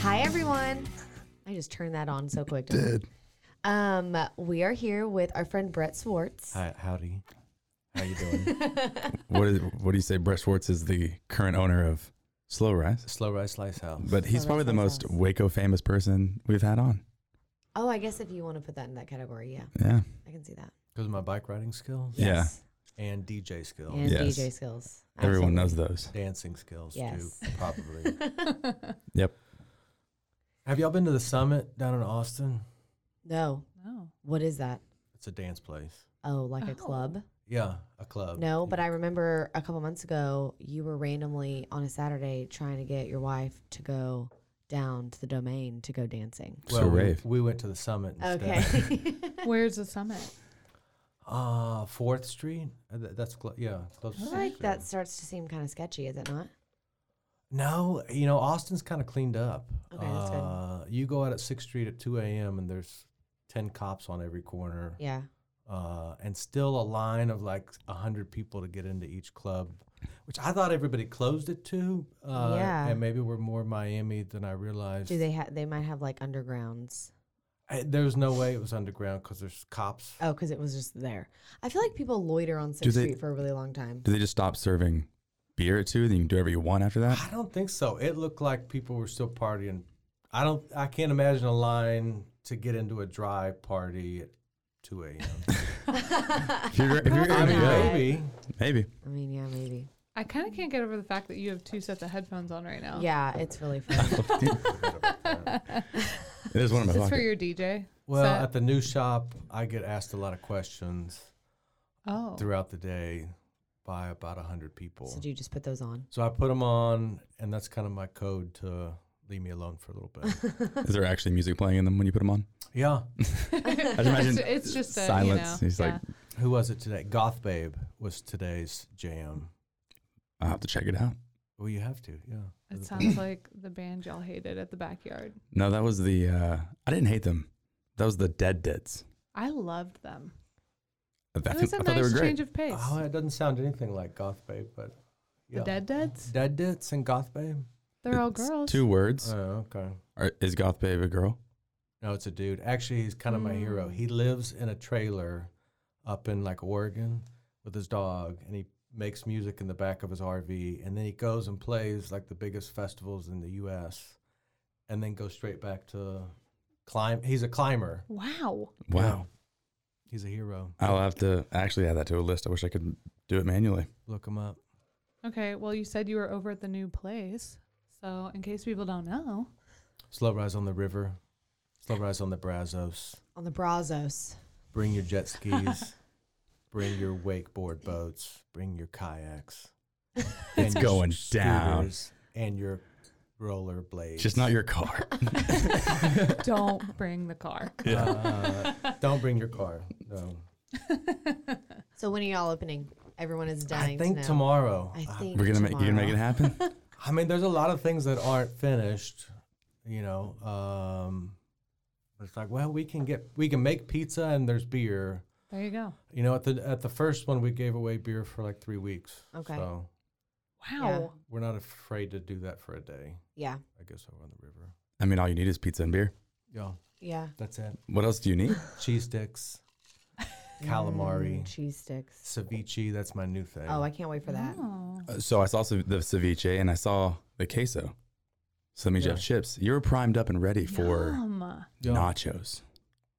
Hi, everyone. I just turned that on so quick. didn't I? Did. Um, we are here with our friend Brett Swartz. Hi, howdy. How you doing? What, is, what do you say? Brett Schwartz is the current owner of Slow Rise, Slow Rice Slice House. but he's Slow probably Rise the most House. Waco famous person we've had on. Oh, I guess if you want to put that in that category, yeah, Yeah. I can see that. Because of my bike riding skills Yes. and DJ skills. And Yes. DJ skills. Yeah. Everyone knows those. Dancing skills Yes. too, probably. Absolutely. Yep. Have y'all been to the summit down in Austin? no. Oh. What is that? It's a dance place. Oh, like Oh. a club? Yeah, a club. No, but I remember a couple months ago you were randomly on a Saturday trying to get your wife to go down to the domain to go dancing. So we- rave. We, went to the summit. Okay. Instead. Where's the summit? Uh, Fourth Street. Uh, th- That's clo- yeah, close. I to feel Sixth like Street. that starts to seem kind of sketchy, is it not? No, you know Austin's kind of cleaned up. Okay, that's good. uh, You go out at Sixth Street at two a.m. and there's ten cops on every corner. Yeah. uh, and still a line of like 100 people to get into each club, which I thought everybody closed it to. Uh, Yeah. And maybe we're more Miami than I realized. Do they have? They might have like undergrounds. I, there's no way it was underground because there's cops. Oh, because it was just there. I feel like people loiter on Do Sixth they- Street for a really long time. Do they just stop serving beer at two? Then you can do whatever you want after that? I don't think so. It looked like people were still partying. I don't. I can't imagine a line to get into a dry party at 2 a.m. If you're, if you're I gonna mean, go, maybe. maybe. I mean, yeah, maybe. I kind of can't get over the fact that you have two sets of headphones on right now. Yeah, it's really fun. It is one of my Is this for pocket. your DJ? Well, set? at the new shop, I get asked a lot of questions oh. throughout the day by about 100 people. so do you just put those on? So I put them on, and that's kind of my code to leave me alone for a little bit. Is there actually music playing in them when you put them on? yeah. I just imagine it's just a, you silence. know, He's like, Who was it today? Goth Babe was today's jam. I'll have to check it out. Well, you have to, yeah. It sounds like the band y'all hated at the backyard. No, that was the, uh, I didn't hate them. That was the Dead Deads. I loved them. I, It think- was a I thought they were nice great. change of pace. Oh, it doesn't sound anything like Goth Babe, but yeah. The Dead Deads? Dead Dits and Goth Babe? They're all It's girls. Uh, Two words. Oh, okay. Are- is Goth Babe a girl? No, it's a dude. Actually, he's kind of my hero. He lives in a trailer up in like Oregon with his dog, and he makes music in the back of his RV, and then he goes and plays like the biggest festivals in the U.S., and then goes straight back to climb. He's a climber. Wow. Wow. He's a hero. I'll have to actually add that to a list. I wish I could do it manually. Look him up. Okay. Well, you said you were over at the new place. So, in case people don't know, Slow rise on the river. Slow rise on the Brazos. On the Brazos. Bring your jet skis. bring your wakeboard boats. Bring your kayaks. It's and your going s- down. scooters And your roller blades. Just not your car. don't bring the car. Uh, don't bring your car. No. So when are y'all opening? Everyone is I dying to think know. tomorrow. I think Uh, We're gonna make you gonna make it tomorrow. happen. I mean, there's a lot of things that aren't finished. You know, um, it's like, well, we can get we can make pizza and there's beer. There you go. You know, at the at the first one, we gave away beer for like three weeks. Okay. So Wow. we're not afraid to do that for a day. Yeah. I guess over on the river. I mean, all you need is pizza and beer. Yeah. Yeah. That's it. What else do you need? Cheese sticks, calamari, Mm, cheese sticks. ceviche. That's my new thing. Oh, I can't wait for that. Oh. Uh, So I saw ce- the ceviche and I saw the queso. So that means you Yeah. have chips. You were primed up and ready for Yum. Yeah. nachos.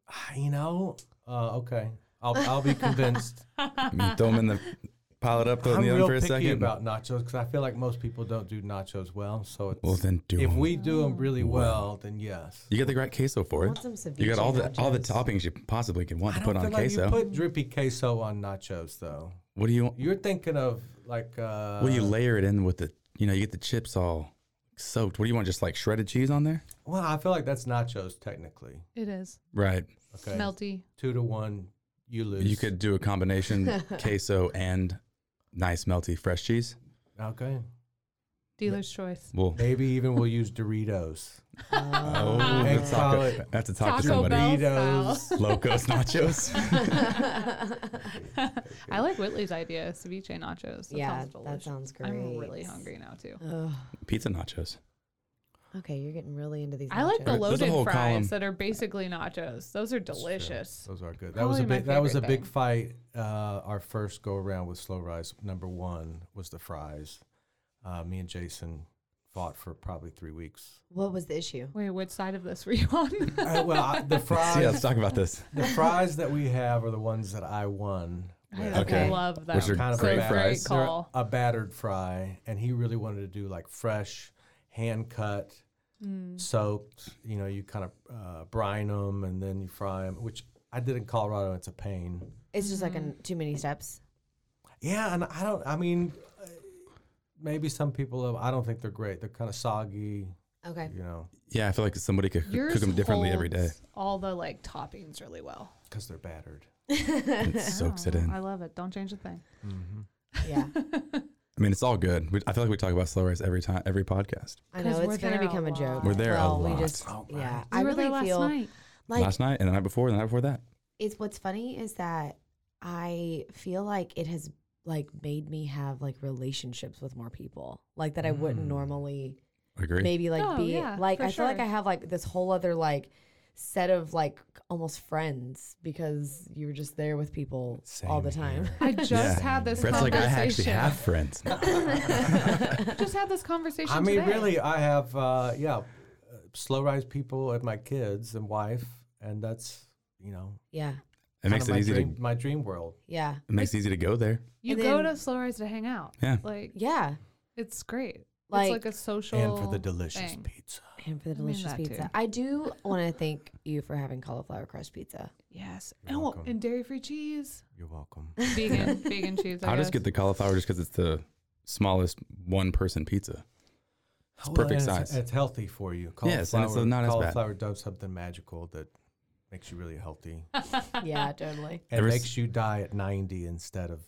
Ah, You know, uh, okay. I'll, I'll be convinced. I mean, throw them in the pile it up, throw it I'm in the real oven for a picky second. about nachos because I feel like most people don't do nachos well. So it's, well, then do if 'em. we do them really Well. well, then yes. You get the right queso for I it. want some ceviche. You got all the all the nachos. toppings you possibly could want I to don't put feel on like queso. you put drippy queso on nachos though. what do you want? You're thinking of like uh, Well, you layer it in with the, you know, you get the chips all soaked. What do you want? Just like shredded cheese on there? Well, I feel like that's nachos technically. It is Right. Okay, melty. two to one, you lose. You could do a combination queso and nice melty fresh cheese. okay. Dealer's choice. Well, Maybe even we'll use Doritos. oh, Oh. Hey, that's, talk- Colin. that's a talk to Taco somebody. Bell Doritos. Locos nachos. I like Whitley's idea, ceviche nachos. That yeah, sounds that delicious. sounds great. I'm really hungry now too. Ugh. Pizza nachos. Okay, you're getting really into these. I like the There's a loaded whole fries column. that are basically nachos. Those are That's true. delicious. Those are good. That was a Probably my big. That was a favorite big thing. fight. Uh, our first go around with slow rise number one was the fries. Uh, me and Jason fought for probably three weeks. What was the issue? Wait, which side of this were you on? Uh, well, I, the See, let's fries, talk about this. the fries that we have are the ones that I won. with. Okay. love that. Which are Kind of great a bad- fries. Great call. They're a battered fry, and he really wanted to do like fresh, hand cut, Hmm. soaked. You know, you kind of uh, brine them and then you fry them, which I did in Colorado. It's a pain. It's just like an, too many steps. Yeah, and I don't. I mean, uh, maybe some people. Have, I don't think they're great. They're kind of soggy. Okay. You know, Yeah, I feel like somebody could c- cook them differently every day. holds All the like toppings really well. Oh, because they're battered. It soaks it in. I love it. Don't change a thing. Mm-hmm. Yeah. I mean, it's all good. We, I feel like we talk about slow rice every time, every podcast. I 'Cause know we're it's gonna there a become a joke. lot. We're there a well, lot. We just, Oh, my. yeah. We I were really there last feel night. like Last night and the night before, and the night before that. it's what's funny is that I feel like it has like made me have like relationships with more people like that I wouldn't Mm. normally Agree. maybe like Oh, be yeah, like for I feel like sure. I have like this whole other like set of like almost friends because you're just there with people all the Same time. here. I just had this Brett's like, I conversation. actually have friends. just had this conversation. I mean, today. really, I have uh, yeah, uh, slow rise people and my kids and wife, and that's you know Yeah. It makes it my easy to dream, my dream world. Yeah. it makes it easy to go there. you and go then- to Slow Rise to hang out. Yeah. like Yeah. it's great. Like- it's like a social and for the delicious thing. pizza. And for the I mean delicious that pizza. too. I do want to thank you for having cauliflower crust pizza. Yes. You're oh, welcome. and dairy free cheese. You're welcome. Vegan, vegan cheese. I I'll just guess. get the cauliflower just because it's the smallest one person pizza. It's perfect and size. It's healthy for you. Yes, and it's Cauliflower- not as bad. Cauliflower does something magical that makes you really healthy yeah, totally. and Ever s- makes you die at 90 instead of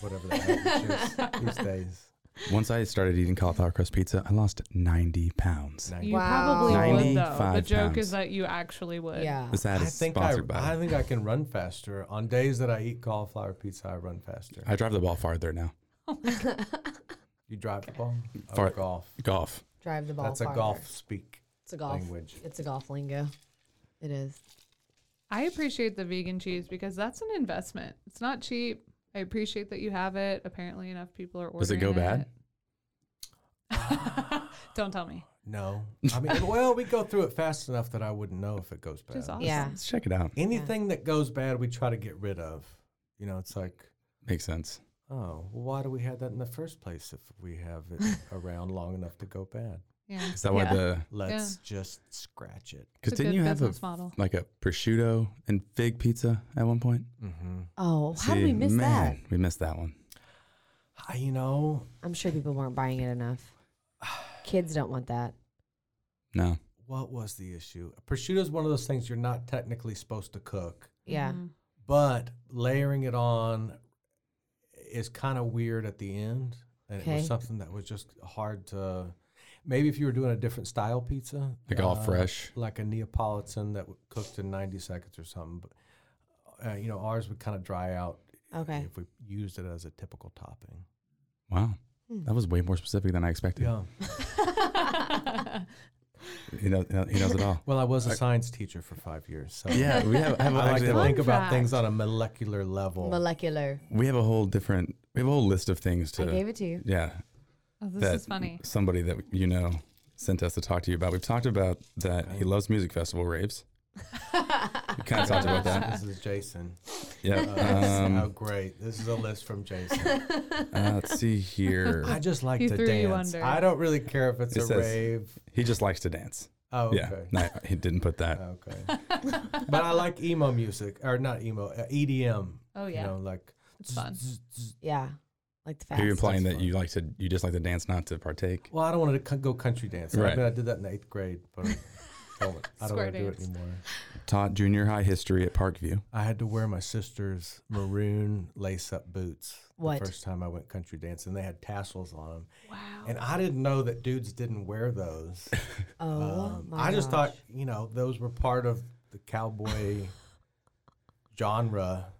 whatever the average is these days. Once I started eating cauliflower crust pizza, I lost 90 pounds. 90. You Wow. probably would though. The 95 joke pounds. is that you actually would. Yeah. This ad I is think I, sponsored by. I think I can run faster on days that I eat cauliflower pizza. I run faster. I drive the ball farther now. Oh You drive the ball. Oh, Far- golf. Golf. Drive the ball. That's a farther. golf speak It's a golf. language. It's a golf lingo. It is. I appreciate the vegan cheese because that's an investment. It's not cheap. I appreciate that you have it. Apparently, enough people are ordering. Does it go bad? bad? Don't tell me. No, I mean, well, we go through it fast enough that I wouldn't know if it goes Which is bad. awesome. Yeah. Let's check it out. Anything that goes bad, we try to get rid of. You know, it's like, Makes sense. oh, well, why do we have that in the first place if we have it around long enough to go bad? Yeah. Is that Yeah. why the. Let's just scratch it. It's Because a good didn't you have a, business model. like a prosciutto and fig pizza at one point? Mm-hmm. Oh, how did we See, miss man, We missed that one. I, you know, that? I'm sure people weren't buying it enough. Kids don't want that. No. what was the issue? Prosciutto is one of those things you're not technically supposed to cook, Yeah. Mhm. but layering it on is kind of weird at the end. And it Okay. was something that was just hard to. Maybe if you were doing a different style pizza, Like all uh, fresh. like a Neapolitan that w- cooked in 90 seconds or something. But uh, you know, ours would kind of dry out Mm-hmm. Okay. if we used it as a typical topping. Wow. Hmm. That was way more specific than I expected. Yeah, He knows, he knows it all. Well, I was a science teacher for five years, so Yeah, we have. I have I like actually to have a- think about Fun things on a molecular level. Molecular. we have a whole different. We have a whole list of things I to. gave it to you. Yeah, Oh, this that is funny. Somebody that you know sent us to talk to you about. We've talked about that. He loves music festival raves. we kind of talked about that. this is Jason. Yeah. Um, oh, Um, great! This is a list from Jason. uh, let's see here. I just like He to threw you dance. under. I don't really care if it's It a says- rave. He just likes to dance. Oh, okay. Yeah. No, he didn't put that. Okay. but I like emo music, or not emo, uh, EDM. Oh You yeah, know, like it's fun. Yeah. Like the Are you fast. implying That's that you like to? You just like to dance, not to partake. Well, I don't want to co- go country dancing. I Right. mean, I did that in eighth grade, but I don't, I don't Square want to do it dance. anymore. Taught junior high history at Parkview. I had to wear my sister's maroon lace-up boots What? the first time I went country dancing. They had tassels on them, Wow. and I didn't know that dudes didn't wear those. Oh Um, my I just gosh. thought, you know, those were part of the cowboy genre.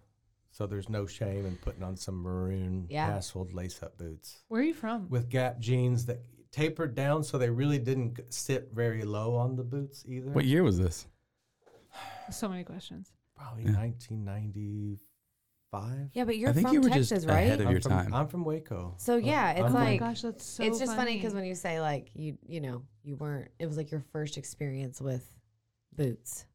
So there's no shame in putting on some maroon Yeah. tasseled lace-up boots Where are you from? with gap jeans that tapered down, so they really didn't g- sit very low on the boots either. What year was this? So many questions. Probably Yeah. 1995. Yeah, but you're I think from you were Texas, just right? ahead of I'm your from, time. I'm from Waco. So yeah, it's I'm oh my like gosh, that's so. it's just funny because when you say like you you know you weren't it was like your first experience with boots.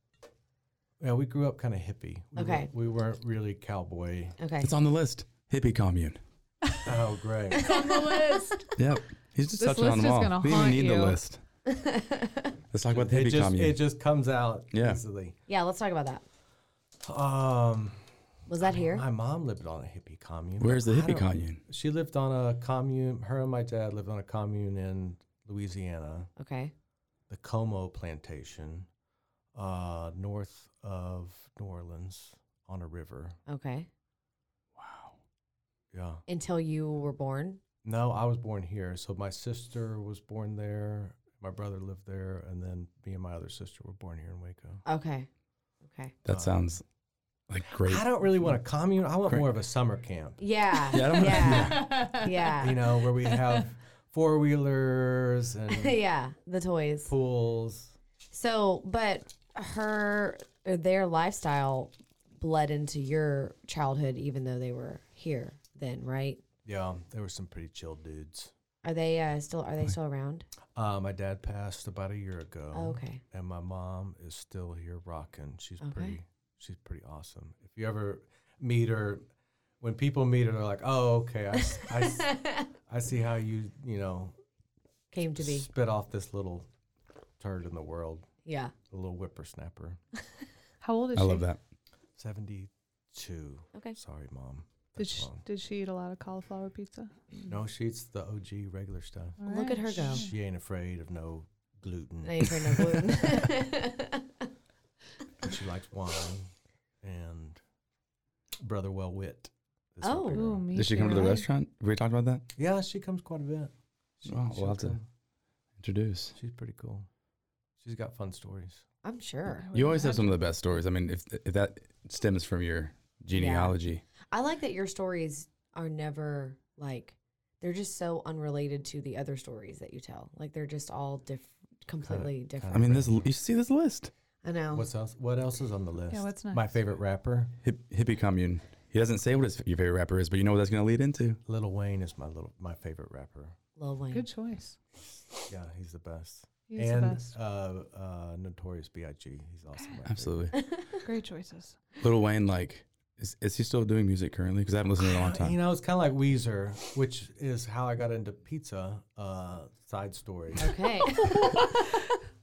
Yeah, we grew up kind of hippie. We Okay. Were, we weren't really cowboy. Okay, It's on the list. Hippie commune. Oh, great. it's on the list. Yep. He's just This touching list on is them all. gonna we don't haunt need you. the list. Let's talk about the it, hippie just, commune. it just comes out Yeah. easily. yeah, let's talk about that. Um, Was that here? My mom lived on a hippie commune. but Where's the I hippie don't- commune? She lived on a commune. Her and my dad lived on a commune in Louisiana. Okay, the Como plantation uh, north of New Orleans on a river. okay. Yeah. Until you were born. No, I was born here. So my sister was born there. My brother lived there. And then me and my other sister were born here in Waco. Okay, okay. That sounds like great. I don't really want a commune. I want Great. more of a summer camp, Yeah, Yeah, I don't- yeah, yeah, you know, where we have four wheelers and yeah. The toys. pools. So, but her or their lifestyle bled into your childhood, even though they were here then, right? Yeah, there were some pretty chill dudes. Are they uh, still? Are they still around? Uh, my dad passed about a year ago. Oh, okay. and my mom is still here rocking. She's Okay. pretty. She's pretty awesome. If you ever meet her, when people meet her, they're like, "Oh, okay, I, s- I s- I see how you you know Came to be. spit off this little turd in the world, Yeah. a little whippersnapper." How old is I she? love that. Seventy two. Okay. Sorry, mom. Did That's she, Mm. wrong. did she eat a lot of cauliflower pizza? No, she eats the OG regular stuff. All Look at her Oh. go. She ain't afraid of no gluten. I ain't afraid of no gluten. and she likes wine and brother well wit. is her Oh. big Ooh, one. me Did she come to the too. restaurant? Have we talked about that? Yeah, she comes quite a bit. She- Wow, she'll we'll have to come. introduce. She's pretty cool. She's got fun stories. I'm sure. I would You always have imagine. some of the best stories. I mean, if, if that stems from your genealogy, I like that your stories are never like they're just so unrelated to the other stories that you tell. Like they're just all diff- completely different. I mean, this you see this list. I know. What's else? What else is on the list? Oh. what's My next? favorite rapper, Hip, hippie commune. He doesn't say what his your favorite rapper is, but you know what that's going to lead into. Little Wayne, is my little my favorite rapper. Lil Wayne. Good choice. Yeah, he's the best. He's and the best. Uh, uh, Notorious B.I.G. He's also my favorite. Absolutely. Great choices. Lil Wayne, like, is, is he still doing music currently? Because I haven't listened in a long time. You know, it's kind of like Weezer, which is how I got into pizza. Uh, side story. Okay.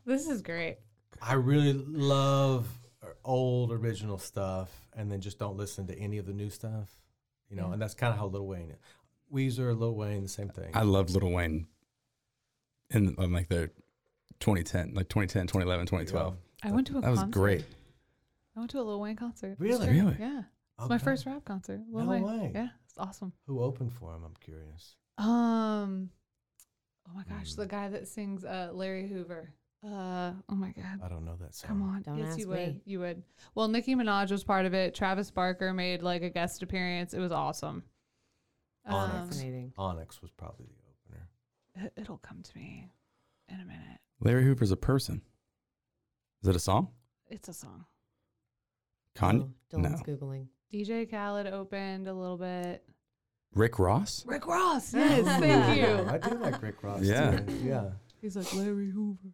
This is great. I really love old original stuff, and then just don't listen to any of the new stuff. You know, and that's kind of how Lil Wayne, Weezer, Lil Wayne, the same thing. I loved Little Wayne in um, like the 2010, like 2010, 2011, 2012. I went to a That was concert. great. I went to a Lil Wayne concert. It was Really? great. Really? Yeah. It's my Okay. first rap concert. Lil No Wayne. way. Yeah. It's awesome. Who opened for him? I'm curious. Um Oh my gosh, the guy that sings uh Larry Hoover. Uh oh my god. I don't know that song. Come on. Don't yes, ask you would. me. You would. Well, Nicki Minaj was part of it. Travis Barker made like a guest appearance. It was awesome. Onyx. Um, Fascinating. Onyx was probably the opener. it- it'll come to me in a minute. Larry Hooper's a person. Is it a song? It's a song. Con- Oh, Dylan's no. googling. DJ Khaled opened a little bit. Rick Ross? Rick Ross. Yes, thank Yeah, you. I do like Rick Ross. Yeah. too. yeah. He's like Larry Hoover.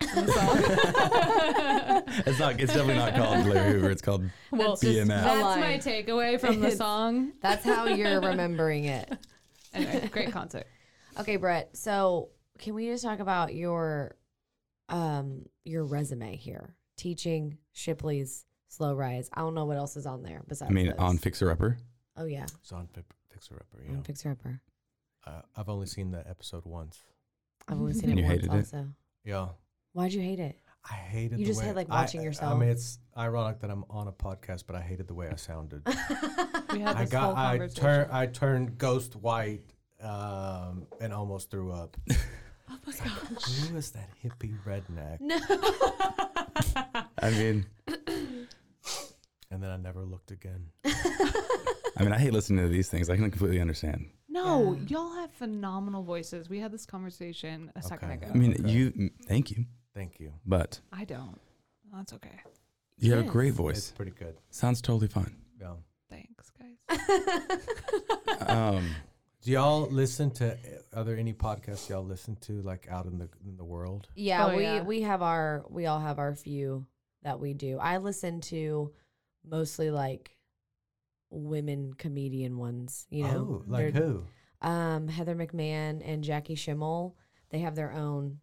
In the song. It's not. It's definitely not called Larry Hoover. It's called well, just BMF. a that's lie. my takeaway from the It's- song. That's how you're remembering it. Anyway, great concert. Okay, Brett. So can we just talk about your um your resume here? Teaching Shipley's Slow Rise. I don't know what else is on there besides. I mean, those. on Fixer Upper. oh yeah, It's on Fi- Fixer Upper. on Yeah. Fixer Upper. Uh, I've only seen that episode once. I've only seen it You once. hated it? also, Yeah. why'd you hate it? I hated. You the just way hate, like, I- watching I yourself. mean, it's ironic that I'm on a podcast, but I hated the way I sounded. We had I this whole got. I conversation. turned. I turned ghost white um, and almost threw up. oh my gosh! Who is that hippie redneck? I mean, And then I never looked again. I mean, I hate listening to these things. I can completely understand. no, y'all have phenomenal voices. We had this conversation a second Okay. ago. I mean, Okay. you. mm, Thank you, Thank you. but I don't. That's okay. you have a Yes. great It's voice. pretty good. Sounds totally fine. Yeah. Thanks, guys. Um, Do y'all listen to? eh, Are there any podcasts y'all listen to like out in the in the world? Yeah, Oh, we yeah. we have our we all have our few that we do. I listen to mostly like women comedian ones. You know, oh, like They're- who? um, Heather McMahon and Jackie Schimmel. They have their own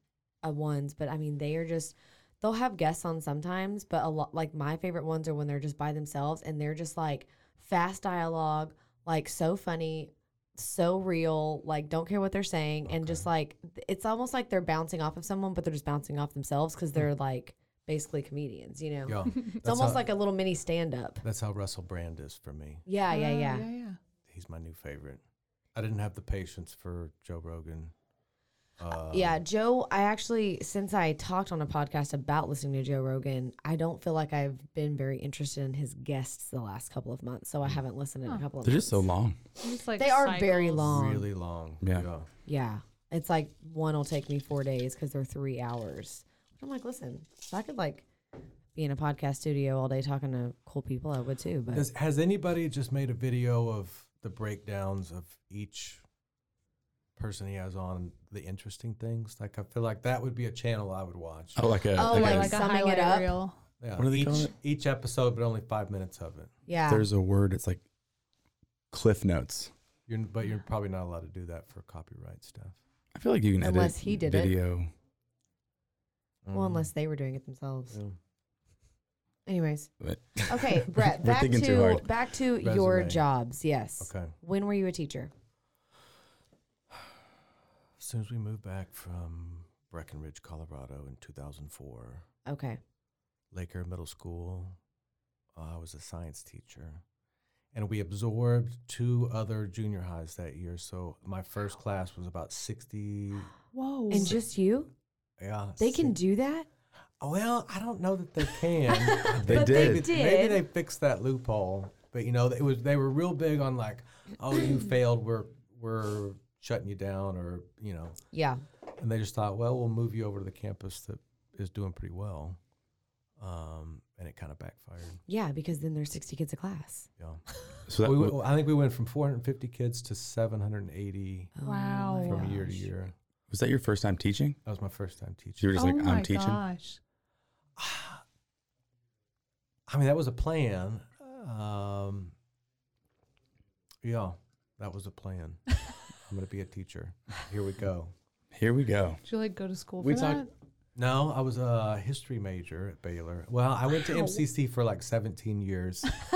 uh, ones, but I mean, they are just they'll have guests on sometimes. But a lot like my favorite ones are when they're just by themselves and they're just like fast dialogue, like so funny, so real, like don't care what they're saying, and just like th- it's almost like they're bouncing off of someone, but they're just bouncing off themselves because they're like basically comedians, you know. Yeah. It's almost like a little mini stand up. That's how Russell Brand is for me. Yeah, yeah, Oh, yeah. yeah, yeah. He's my new favorite. I didn't have the patience for Joe Rogan. Uh, Yeah, Joe, I actually, since I talked on a podcast about listening to Joe Rogan, I don't feel like I've been very interested in his guests the last couple of months. So I haven't listened in a Huh. couple of they're months. just so long. It's like They are very cycles. long. really long. Yeah. Yeah. It's like one will take me four days because they're three hours. But I'm like, listen, if I could like be in a podcast studio all day talking to cool people, I would too. But Does, has anybody just made a video of the breakdowns of each person he has on the interesting things? Like I feel like that would be a channel I would watch. Oh, like a. Oh, like like a- Like a Summing it highlight up. reel. Yeah. What do they each, call it? Each episode, but only five minutes of it. yeah, There's a word. It's like cliff notes. You're, but you're probably not allowed to do that for copyright stuff. I feel like you can edit Unless he did it. video. well, Mm. unless they were doing it themselves. Yeah. Anyways, But okay, Brett, We're back thinking too to hard. back to your Resume. jobs. Yes. Okay. When were you a teacher? As soon as we moved back from Breckenridge, Colorado in 2004, Okay. Laker Middle School, uh, I was a science teacher. And we absorbed two other junior highs that year. So my first class was about 60. Whoa. And just you? Yeah. They can si- do that? Well, I don't know that they can. They But they Maybe, did. maybe they fixed that loophole. But, you know, it was they were real big on like, oh, you failed. We're, we're shutting you down or, you know. Yeah. and they just thought, well, we'll move you over to the campus that is doing pretty well. Um, and it kind of backfired. Yeah, because then there's 60 kids a class. Yeah, so that we, w- went- I think we went from 450 kids to 780 Wow. Oh my from year to gosh. year. was that your first time teaching? That was my first time You teaching. were just oh like, my I'm teaching. gosh. I mean, that was a plan. Um, yeah, that was a plan. I'm going to be a teacher. Here we go. Here we go. Did you like go to school We for talked- No, I was a history major at Baylor. Well, I went to MCC for like 17 years uh,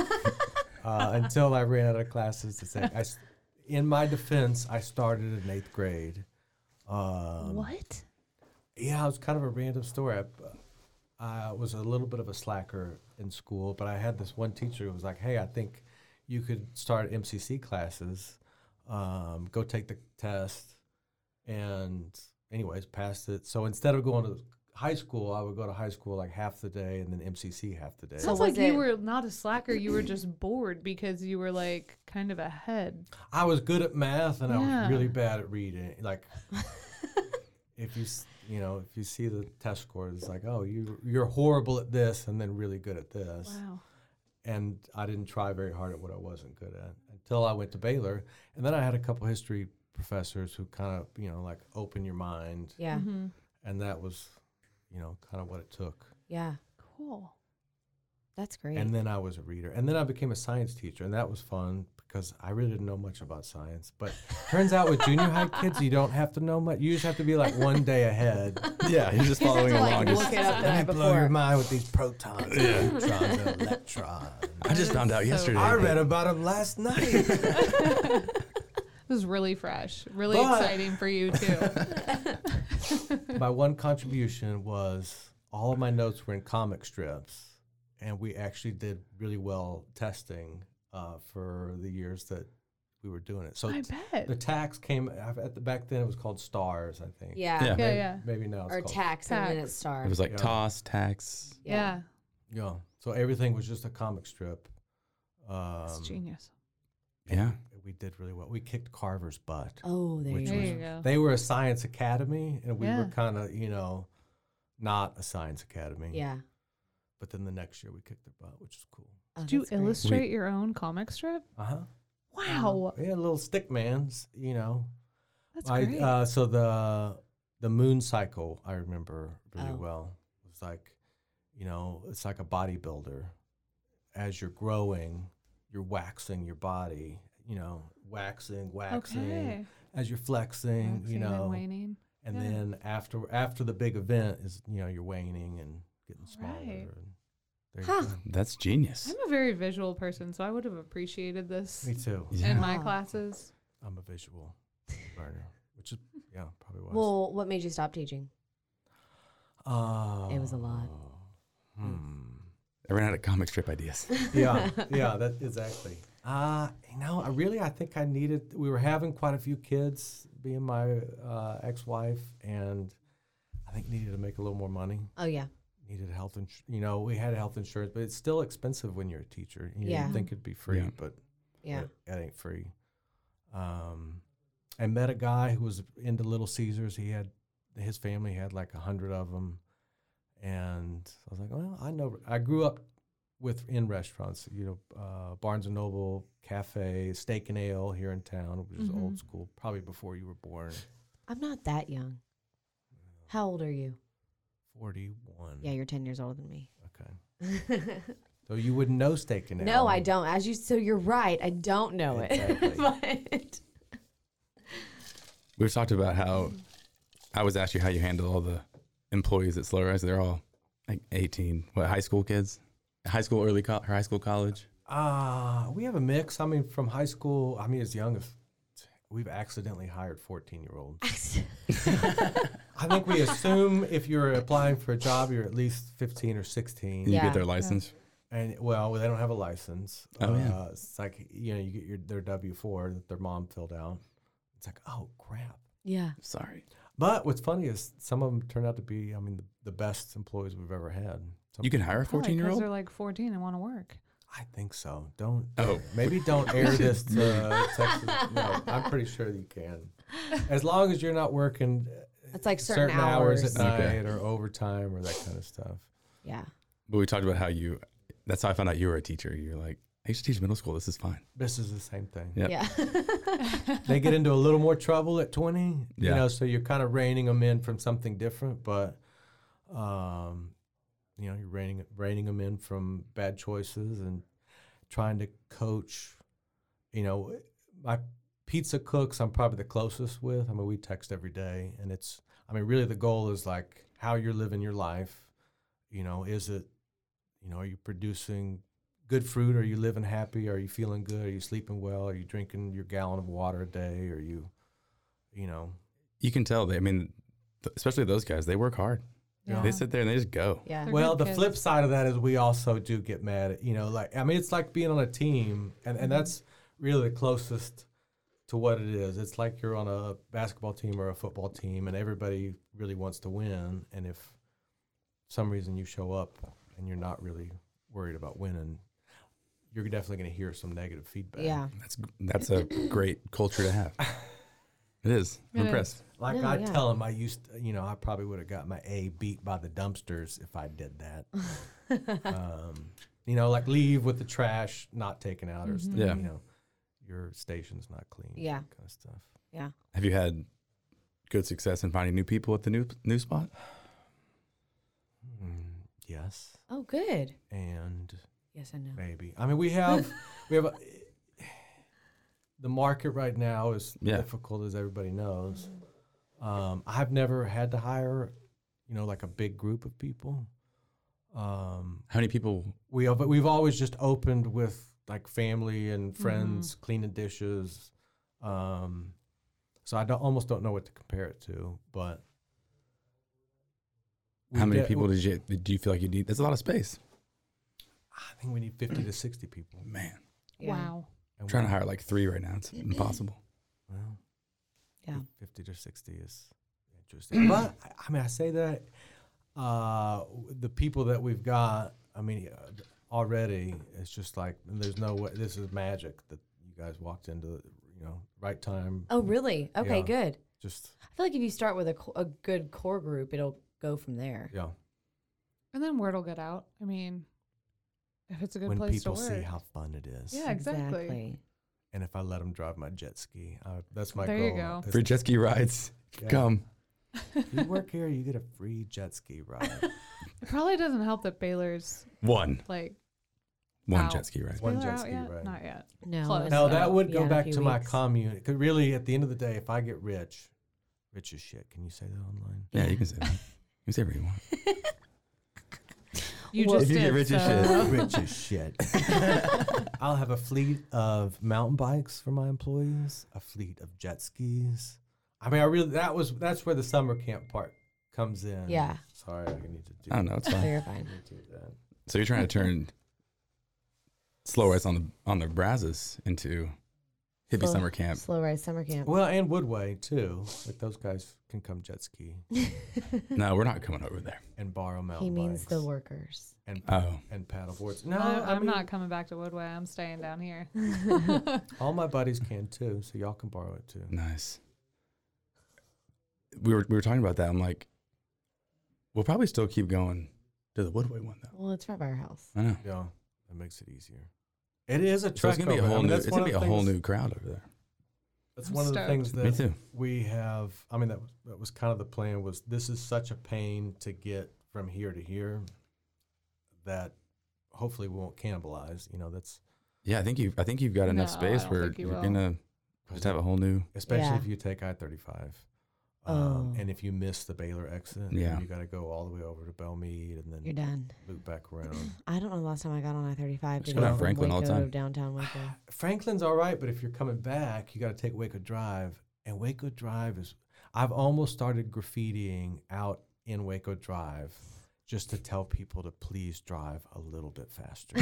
until I ran out of classes. To say, I s in my defense, I started in eighth grade. that? Um, What? Yeah, it was kind of a random story. I, I was a little bit of a slacker in school, but I had this one teacher who was like, "Hey, I think you could start MCC classes. Um, go take the test." And anyways, passed it. So instead of going to high school, I would go to high school like half the day and then MCC half the day. So Sounds like was you it- were not a slacker. You were just bored because you were like kind of ahead. I was good at math and I Yeah. was really bad at reading. Like, if you s- you know, if you see the test scores, it's like, oh, you you're horrible at this, and then really good at this. Wow. And I didn't try very hard at what I wasn't good at until I went to Baylor, and then I had a couple history professors who kind of, you know, like open your mind, Yeah. Mhm. and that was, you know, kind of what it took. Yeah. Cool. That's great. And then I was a reader. And then I became a science teacher. And that was fun because I really didn't know much about science. But turns out with junior high kids, you don't have to know much. You just have to be like one day ahead. Yeah, he's just following to, like, along. look He's- it up the Let night me blow your before. mind with these protons, and neutrons, and electrons. I just found out yesterday. I that- read about them last night. It was really fresh, really But- exciting for you too. my one contribution was all of my notes were in comic strips, and we actually did really well testing uh, for the years that we were doing it. So I t- bet. the tax came at the back then. It was called stars, I think. yeah. Yeah. yeah, Maybe, yeah, maybe now it's Or called- tax, and then Tax. it starts. It was like Yeah. toss, tax. yeah. Yeah. So everything was just a comic strip. Um, It's genius. Yeah. We did really well. We kicked Carver's butt. Oh, there Which you There go. was- you go. They were a science academy, and we were Yeah. kind of, you know, not a science academy. Yeah. But then the next year we kicked their butt, which is cool. Oh, Did you that's great. illustrate your own comic strip? Uh huh. Wow, Yeah, little stick man's, you know. that's I, great. Uh, so the the moon cycle I remember really Oh. well. It's like, you know, it's like a bodybuilder. As you're growing, you're waxing your body. You know, waxing, waxing. okay. As you're flexing, Waxing you and know, and, waning. yeah. then after after the big event is you know you're waning and getting smaller. Right. And there Huh. you go. That's genius. I'm a very visual person, so I would have appreciated this Me too. in Yeah. my Wow. classes. I'm a visual learner, which is yeah probably why. Well, what made you stop teaching? Uh, was a lot. Hmm. I ran out of comic strip ideas. yeah, yeah, that exactly. Uh, you know, I really I think I needed. We were having quite a few kids, being my uh, ex-wife, and I think needed to make a little more money. Oh yeah. Needed health insurance. You know, we had health insurance, but it's still expensive when you're a teacher. You yeah, Yeah. you think it'd be free, Yeah. but Yeah. it, it ain't free. Um, I met a guy who was into Little Caesars. He had his family had like a hundred of them, and I was like, well, I know. I grew up with in restaurants, you know, uh, Barnes and Noble Cafe, Steak and Ale here in town, which is old Mm-hmm. Mhm. school, probably before you were born. I'm not that young. How old are you? Forty-one. Yeah, you're 10 years older than me. Mm. Okay. So you wouldn't know Steak and Ale. no, I don't. As you, so you're right. I don't know it. but We've talked about how I was asked you how you handle all the employees at Slow Rise. They're all like 18, what, high school kids? High school, early co- or high school, college? Ah, we have a mix. I mean, from high school, I mean, as young as we've accidentally hired 14 year olds. I think we assume if you're applying for a job, you're at least 15 or 16. And you Yeah. get their license? And well, they don't have a license. Oh, yeah. uh, It's like, you know, you get your, their W 4 that their mom filled out. It's like, oh, crap. yeah. Sorry. But what's funny is some of them turned out to be, I mean, the, the best employees we've ever had. Some, You can hire a Probably 14 year 'cause old? They're like 14 and want to work. I think so. Don't. Oh. Maybe don't air this to Texas. No, I'm pretty sure you can. As long as you're not working uh, It's like certain, certain, hours. at night Okay. or overtime or that kind of stuff. Yeah. But we talked about how you, that's how I found out you were a teacher. You're like, I used to teach middle school. This is fine. This is the same thing. Yeah. Yeah. They get into a little more trouble at 20, Yeah. you know, so you're kind of reining them in from something different, but, um, you know, you're reining, reining them in from bad choices and trying to coach, you know, my pizza cooks, I'm probably the closest with. I mean, we text every day, and it's, I mean, really the goal is like how you're living your life. You know, is it, you know, are you producing good fruit? Are you living happy? Are you feeling good? Are you sleeping well? Are you drinking your gallon of water a day? Are you, you know, You can tell, they, I mean, th- especially those guys, they work hard. Yeah. They sit there and they just go. Yeah. They're well, good the kids. flip side of that is we also do get mad at, you know, like, I mean, it's like being on a team, and, Mm-hmm. and that's really the closest to what it is. It's like you're on a basketball team or a football team, and everybody really wants to win. And if some reason you show up and you're not really worried about winning, you're definitely going to hear some negative feedback. Yeah. That's that's a great culture to have. It is. I'm It impressed. Like No, I yeah. tell him, I used, to, you know, I probably would have got my A beat by the dumpsters if I did that. um, you know, like leave with the trash not taken out, or s- Mhm. Yeah. you know, your station's not clean. Mm-hmm. Yeah. that kind of stuff. Have you had good success in finding new people at the new new spot? Mm, yes, Oh, good. and Yes and no. maybe. I mean, we have we have a, the market right now is Yeah. difficult, as everybody knows. Um, I've never had to hire, you know, like a big group of people. Um, How many people? we have, we've always just opened with like family and friends cleaning dishes um so i don't, almost don't know what to compare it to but we How many de- people did you do you feel like you need? That's a lot of space. i think we need 50 to 60 people Man, Yeah. Wow. and I'm trying to we- hire like three right now. It's impossible. well, Yeah. 50 to 60 is interesting but I- i mean i say that uh w- the people that we've got i mean uh, already it's just like there's no way this is magic that you guys walked into you know right time Oh, really? Okay, Yeah. good. just I feel like if you start with a, co- a good core group, it'll go from there. yeah And then word will get out. I mean, if it's a good when place people to work. see how fun it is Yeah, exactly. and if i let them drive my jet ski I, that's my There goal you go. is- Free jet ski rides. yeah. Come. you work here you get a free jet ski ride It probably doesn't help that Baylor's One. like One Wow. jet ski ride. One Baylor jet out ski yet? ride. Not yet. No, Close. it's- no So, that would yeah, go in a back to few my weeks. commune 'Cause really at the end of the day if i get rich rich as shit can you say that online Yeah, you can say that. You can say whatever you want. You Well- If just you did, get rich as so- uh, shit. rich as shit i'll have a fleet of mountain bikes for my employees a fleet of jet skis i mean i really that was that's where the summer camp part comes in Yeah. sorry i need to do I don't know. It's So fine. you're I fine. need to do that So you're trying to turn slow rides on the on the Brazos into hippie Slow- summer camp. Slow ride summer camp. Well, and Woodway too. Like those guys can come jet ski No, we're not coming over there. and borrow he mountain means bikes the workers. and Oh, and paddle boards. No, I, I Uh, I'm mean, not coming back to Woodway. I'm staying down here. All my buddies can too, so y'all can borrow it too. nice. We were we were talking about that. I'm like, we'll probably still keep going to the Woodway one though. Well, it's from our house. I know. Yeah, that makes it easier. It is a So trek. it's gonna be a over. I whole mean, new. that's It's one gonna of be the a whole things- new crowd over there. That's I'm one of the stoked. things Me that too. we have. I mean, that was- that was kind of the plan. Was this is such a pain to get from here to here that hopefully we won't cannibalize. You know, that's Yeah, I think you. I think you've got enough No, I space don't where think you you are will. gonna just have a whole new. especially Yeah. if you take I thirty five, um, Oh. and if you miss the Baylor exit, Yeah. yeah, you got to go all the way over to Bellmead and You're then done. loop back around. I don't know the last time I got on I thirty five. Just go down Franklin all the time. Downtown Waco. Franklin's all right, but if you're coming back, you got to take Waco Drive, and Waco Drive is. I've almost started graffitiing out in Waco Drive, just to tell people to please drive a little bit faster.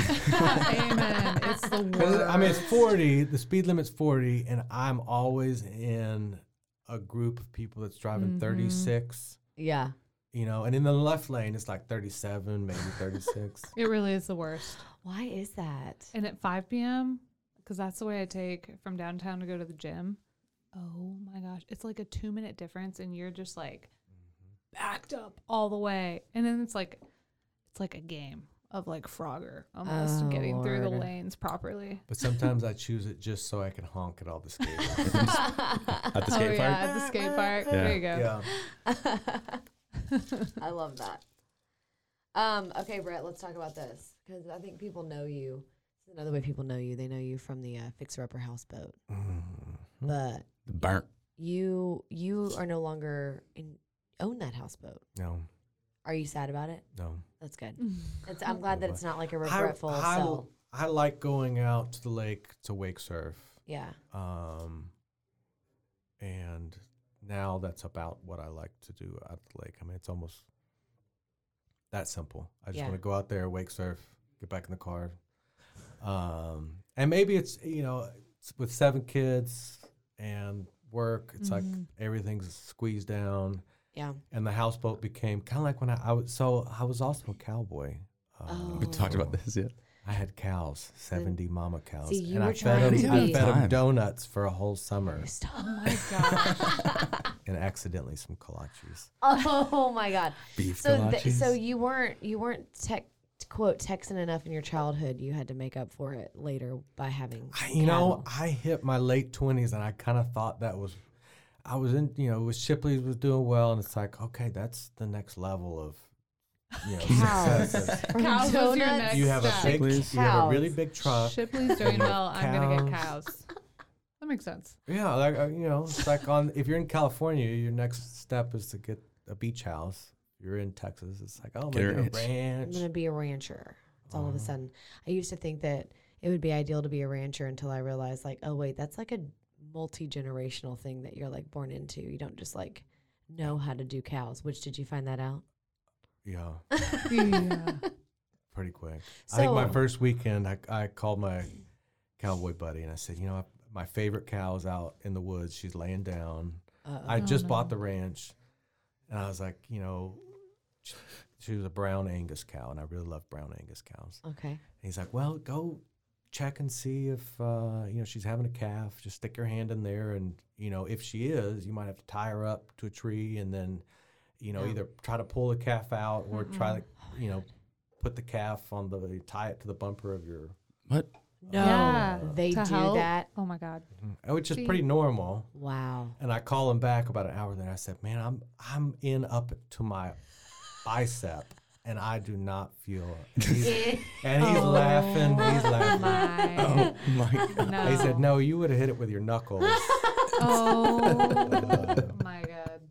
Amen. It's the 'Cause, worst. I mean, it's 40. The speed limit's 40, and I'm always in a group of people that's driving Mhm. 36. Yeah. you know, and in the left lane it's like 37, maybe 36. It really is the worst. Why is that? And at 5 p.m., because that's the way I take from downtown to go to the gym. Oh my gosh. It's like a two minute difference, and you're just like backed up all the way. And then it's like, it's like a game of like Frogger almost Oh, getting through the Lord. lanes properly. but sometimes I choose it just so I can honk at all the skaters. At the oh, skate yeah. park. At the skate park. Yeah. There you go. yeah. I love that. Um, okay, Brett, let's talk about this because I think people know you. It's another way people know you. They know you from the uh, Fixer Upper Houseboat, Mm, Hmm. but Burnt. you you are no longer in, own that houseboat. No, Are you sad about it? no. That's good. It's, I'm glad that it's not like a I- regretful I, sell. I like going out to the lake to wake surf. Yeah. Um, and now that's about what I like to do at the lake. I mean, it's almost that simple. I just Yeah. want to go out there, wake surf, get back in the car. Um, and maybe it's, you know, it's with seven kids and work, it's Mm-hmm. like Mhm. everything's squeezed down. Yeah. And the houseboat became kind of like when I, I was, so I was also a cowboy. Oh. We talked about this. Yeah. I had cows, 70 mama cows. See, you and were I fed trying 'em- to I be- fed Time. them donuts for a whole summer Oh my gosh. and accidentally some kolaches. Oh my god. Beef So th- so kolaches. you weren't you weren't tech quote Texan enough in your childhood. You had to make up for it later by having. I- you know, cattle. I hit my late twenties, and I kind of thought that was, I was in, you know, with Shipley's was doing well, and it's like, okay, that's the next level of, you know, Cows. success. From Cows was your donuts next You have a Step. big, you have a really big truck. Shipley's doing well. I'm gonna get Cows. cows. That makes sense. Yeah, like uh, you know, it's like on if you're in California, your next step is to get a beach house. If you're in Texas, it's like, oh, Get a maybe a ranch. I'm ranch. Oh. gonna be a rancher. It's all of a sudden. I used to think that it would be ideal to be a rancher until I realized, like, oh wait, that's like a multi generational thing that you're like born into. You don't just like know how to do cows. Which did you find that out? Yeah, Yeah. pretty quick. I think my So- first weekend, I, I called my cowboy buddy and I said, you know, I, my favorite cow is out in the woods. She's laying down. Oh, I just bought the ranch, and I was like, you know, sh- she was a brown Angus cow, and I really love brown Angus cows. Okay. And he's like, well, go check and see if uh, you know she's having a calf. Just stick your hand in there, and you know if she is, you might have to tie her up to a tree, and then you know either try to pull the calf out or try to you know put the calf on the tie it to the bumper of your, What? No, Yeah, they do to help. that. Oh my god. which is See. pretty normal. Wow. And I call him back about an hour later. I said, "Man, I'm I'm in up to my bicep, and I do not feel." It. And he's, and he's Oh. laughing. He's laughing. My. My No. He said, "No, you would have hit it with your knuckles." Oh my god.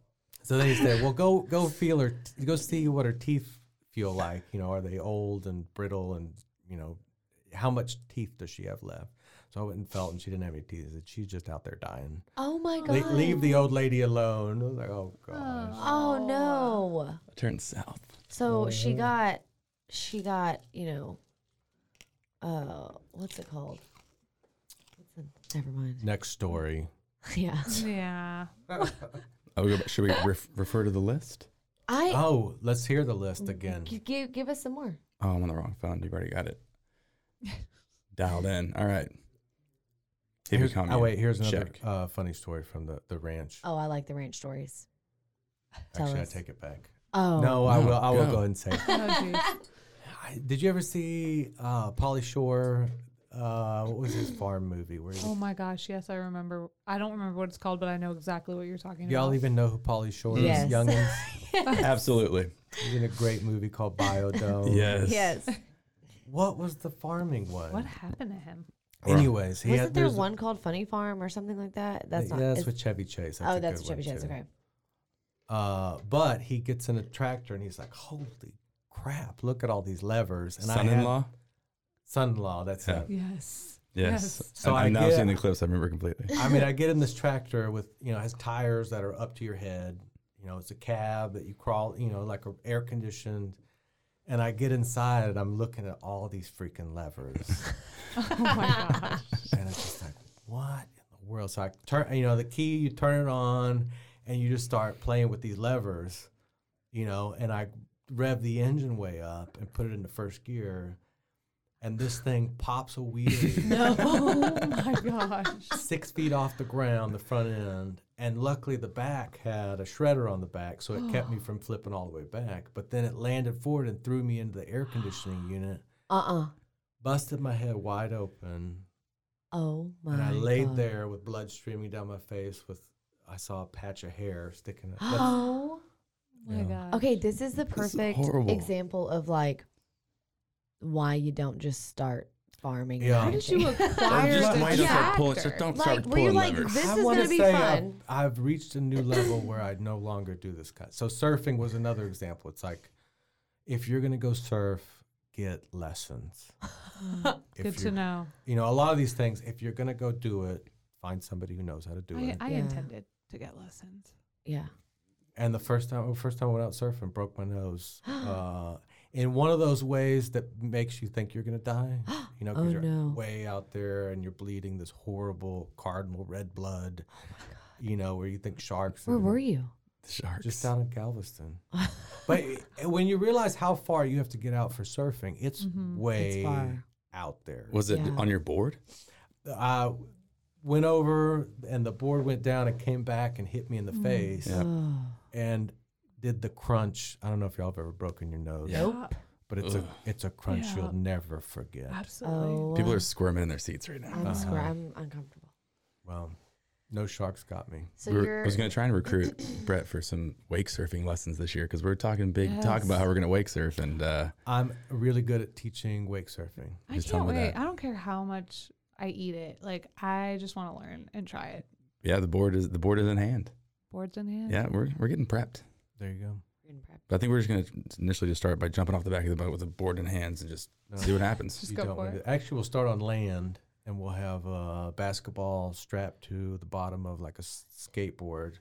so then he said, "Well, go go feel her. T- go see what her teeth feel like. You know, are they old and brittle, and you know, how much teeth does she have left?" So I went and felt, and she didn't have any teeth. I said, She's just out there dying. Oh my Le- god. leave the old lady alone. I was like, "Oh gosh." Oh no. Turn south. So she got, she got, you know, uh, what's it called? What's the- Never mind. Next story. Yeah. Yeah. Oh, we go back- should we ref- refer to the list? I Oh, let's hear the list again. g- give give us some more. Oh, I'm on the wrong phone. You've already got it dialed in. All right. Hippie Here's- commune. oh wait, here's another Check. uh, funny story from the, the ranch. Oh, I like the ranch stories. Tell Actually, us. I take it back. Oh, No, I No, will. I will go. go ahead and say. it. Oh jeez. I, did you ever see uh, Polly Shore? Uh, what was his farm movie? Where Oh my gosh. Yes, I remember. I don't remember what it's called, but I know exactly what you're talking about. y'all even know who Polly Shore Yes. is? Youngins. Absolutely. He's in a great movie called Biodome. Oh, Yes. yes. What was the farming one? What happened to him? Anyways, he Wasn't had, there there's a- one called Funny Farm or something like that? That's yeah, not. that's is- with Chevy Chase. oh, a that's good Chevy one, Chase. too. Okay. Uh, but he gets in a tractor and he's like, "Holy crap! Look at all these levers." And I had- Son-in-law. son-in-law. That's Yeah. it. Yes. Yes. Yes. So So I've I now get- seen the clips. I remember completely. I mean, I get in this tractor with you know has tires that are up to your head. You know, it's a cab that you crawl. You know, like a air conditioned. And I get inside and I'm looking at all these freaking levers, Oh my gosh. and it's just like, what in the world? So I turn, you know, the key, you turn it on, and you just start playing with these levers, you know. And I rev the engine way up and put it into first gear, and this thing pops a wheelie. oh my gosh. six feet off the ground, the front end. And luckily, the back had a shredder on the back, so it kept me Oh. from flipping all the way back. But then it landed forward and threw me into the air conditioning unit, Uh uh busted my head wide open, Oh my. and I laid God. there with blood streaming down my face. With I saw a patch of hair sticking. Up. That's- Oh. my Yeah. god. Okay, this is the This is perfect horrible. example of like why you don't just start farming. and Yeah. How How did ranching. you acquire just the why don't start pulling- tractor? just don't Like, start were you pulling like, levers. this I is wanna gonna be say uh, fun? I've, I've reached a new level where I no longer do this kind. So surfing was another example. It's like if you're gonna go surf, get lessons. If Good to you're- know. you know, a lot of these things, if you're going to go do it, find somebody who knows how to do I, it. I Oh, Yeah. intended to get lessons. Yeah. and the first time, first time I went out surfing, broke my nose. uh, in one of those ways that makes you think you're going to die, you know, because Oh, you're no. way out there and you're bleeding this horrible cardinal red blood, you know, where you think sharks. Oh, Where are- were you? Sharks. Just down in Galveston. eh, but when you realize how far you have to get out for surfing, it's way Mm-hmm. far. out there. Was it Yeah. on your board? I went over and the board went down and came back and hit me Mm-hmm. in the face Yeah. and did the crunch. I don't know if y'all have ever broken your nose, Yeah. Nope. but it's Ugh. a it's a crunch Yeah. you'll never forget. Absolutely. Oh, People are squirming in their seats right now. I'm, Uh-huh. squir- I'm uncomfortable. Well, no sharks got me. So We were- you're I was going to try and recruit Brett for some wake surfing lessons this year because we are talking big talk Yes. about how we're going to wake surf and uh, I'm really good at teaching wake surfing. I Just tell can't me wait. that. I don't care how much I eat it. Like I just want to learn and try it. yeah, the board is the board is in hand. Boards in hand. Yeah, we're we're getting prepped. There you go. in prep. But I think we're just going to initially just start by jumping off the back of the boat with a board in hands and just No. see what happens. Just go for need it. to- Actually, we'll start on land, and we'll have a basketball strapped to the bottom of like a s- skateboard,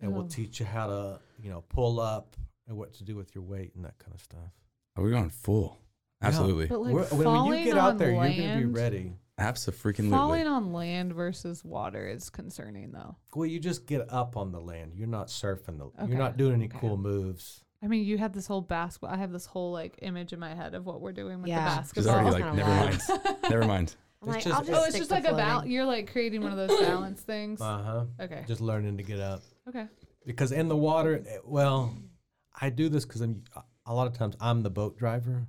and Oh. we'll teach you how to, you know, pull up and what to do with your weight and that kind of stuff. Are we going full? Absolutely, But like We're- falling when you get out on there, land, you're gonna be ready. absolutely. Falling on land versus water is concerning, though. Well, you just get up on the land. You're not surfing the. Okay, You're not doing any okay. cool moves. I mean, you had this whole basketball. I have this whole like image in my head of what we're doing with Yeah. the She's basketball. already That's like, kinda never mind, wild. never mind. I'm It's like, just- I'll just oh, it's stick just to like a balance. floating. You're like creating one of those balance things. Uh huh. Okay. Just learning to get up. Okay. because in the water eh, well i do this because i'm a lot of times i'm the boat driver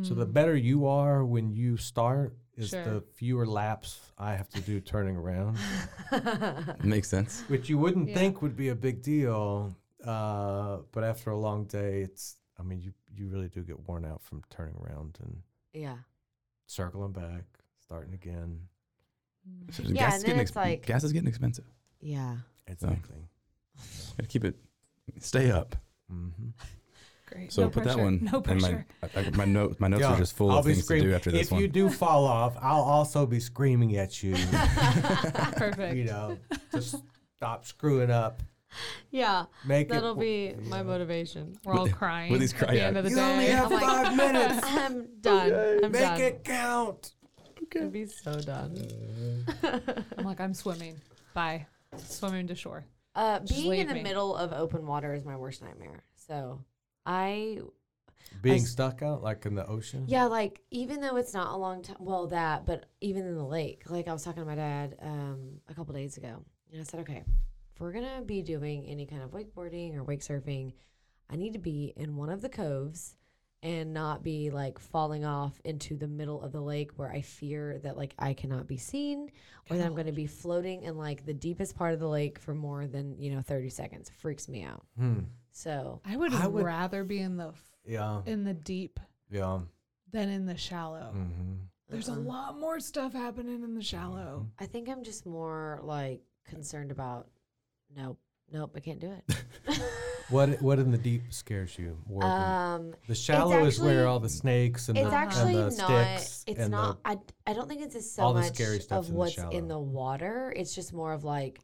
so the better you are when you start is Mm. Sure. the fewer laps i have to do turning around Makes sense. which you wouldn't Yeah. think would be a big deal uh, but after a long day it's i mean you, you really do get worn out from turning around and Yeah. circling back starting again So Yeah, and is then getting it's like- gas is getting expensive. Yeah. exactly Gotta keep it. Stay up. mm-hmm. Great. So no put pressure. that one. No and pressure. My, I, I- my note, my notes are just full of things to do after this if one. you do fall off i'll also be screaming at you Perfect. you know, just stop screwing up. Yeah. Make That'll it. be my motivation. We're all With- crying with these at cry- the yeah. end of the you day. only I'm have like- five minutes. I'm done. I'm Make done. it count. I'd be so done. I'm like, I'm swimming. Bye. Swimming to shore. Uh, Just being in leave the me. middle of open water is my worst nightmare. So I, Being s- stuck out like in the ocean. yeah, like even though it's not a long time, well, that, but even in the lake, like I was talking to my dad um, a couple days ago, and I said, okay, if we're gonna be doing any kind of wakeboarding or wake surfing, I need to be in one of the coves and not be like falling off into the middle of the lake where I fear that like I cannot be seen or that I'm going to be floating in like the deepest part of the lake for more than, you know, 30 seconds. Freaks me out. Hmm. So, I would, I would- rather be in the f- Yeah. in the deep Yeah. than in the shallow. Mm-hmm. There's a Uh-uh. lot more stuff happening in the shallow. I think I'm just more like concerned about nope, nope, I can't do it. What What in the deep scares you? Morgan? um, the shallow is where actually- all the snakes and, it's the, actually and the not. sticks. It's and not. I, I don't think it's as so all the much scary of stuff's in the what's shallow. in the water. It's just more of like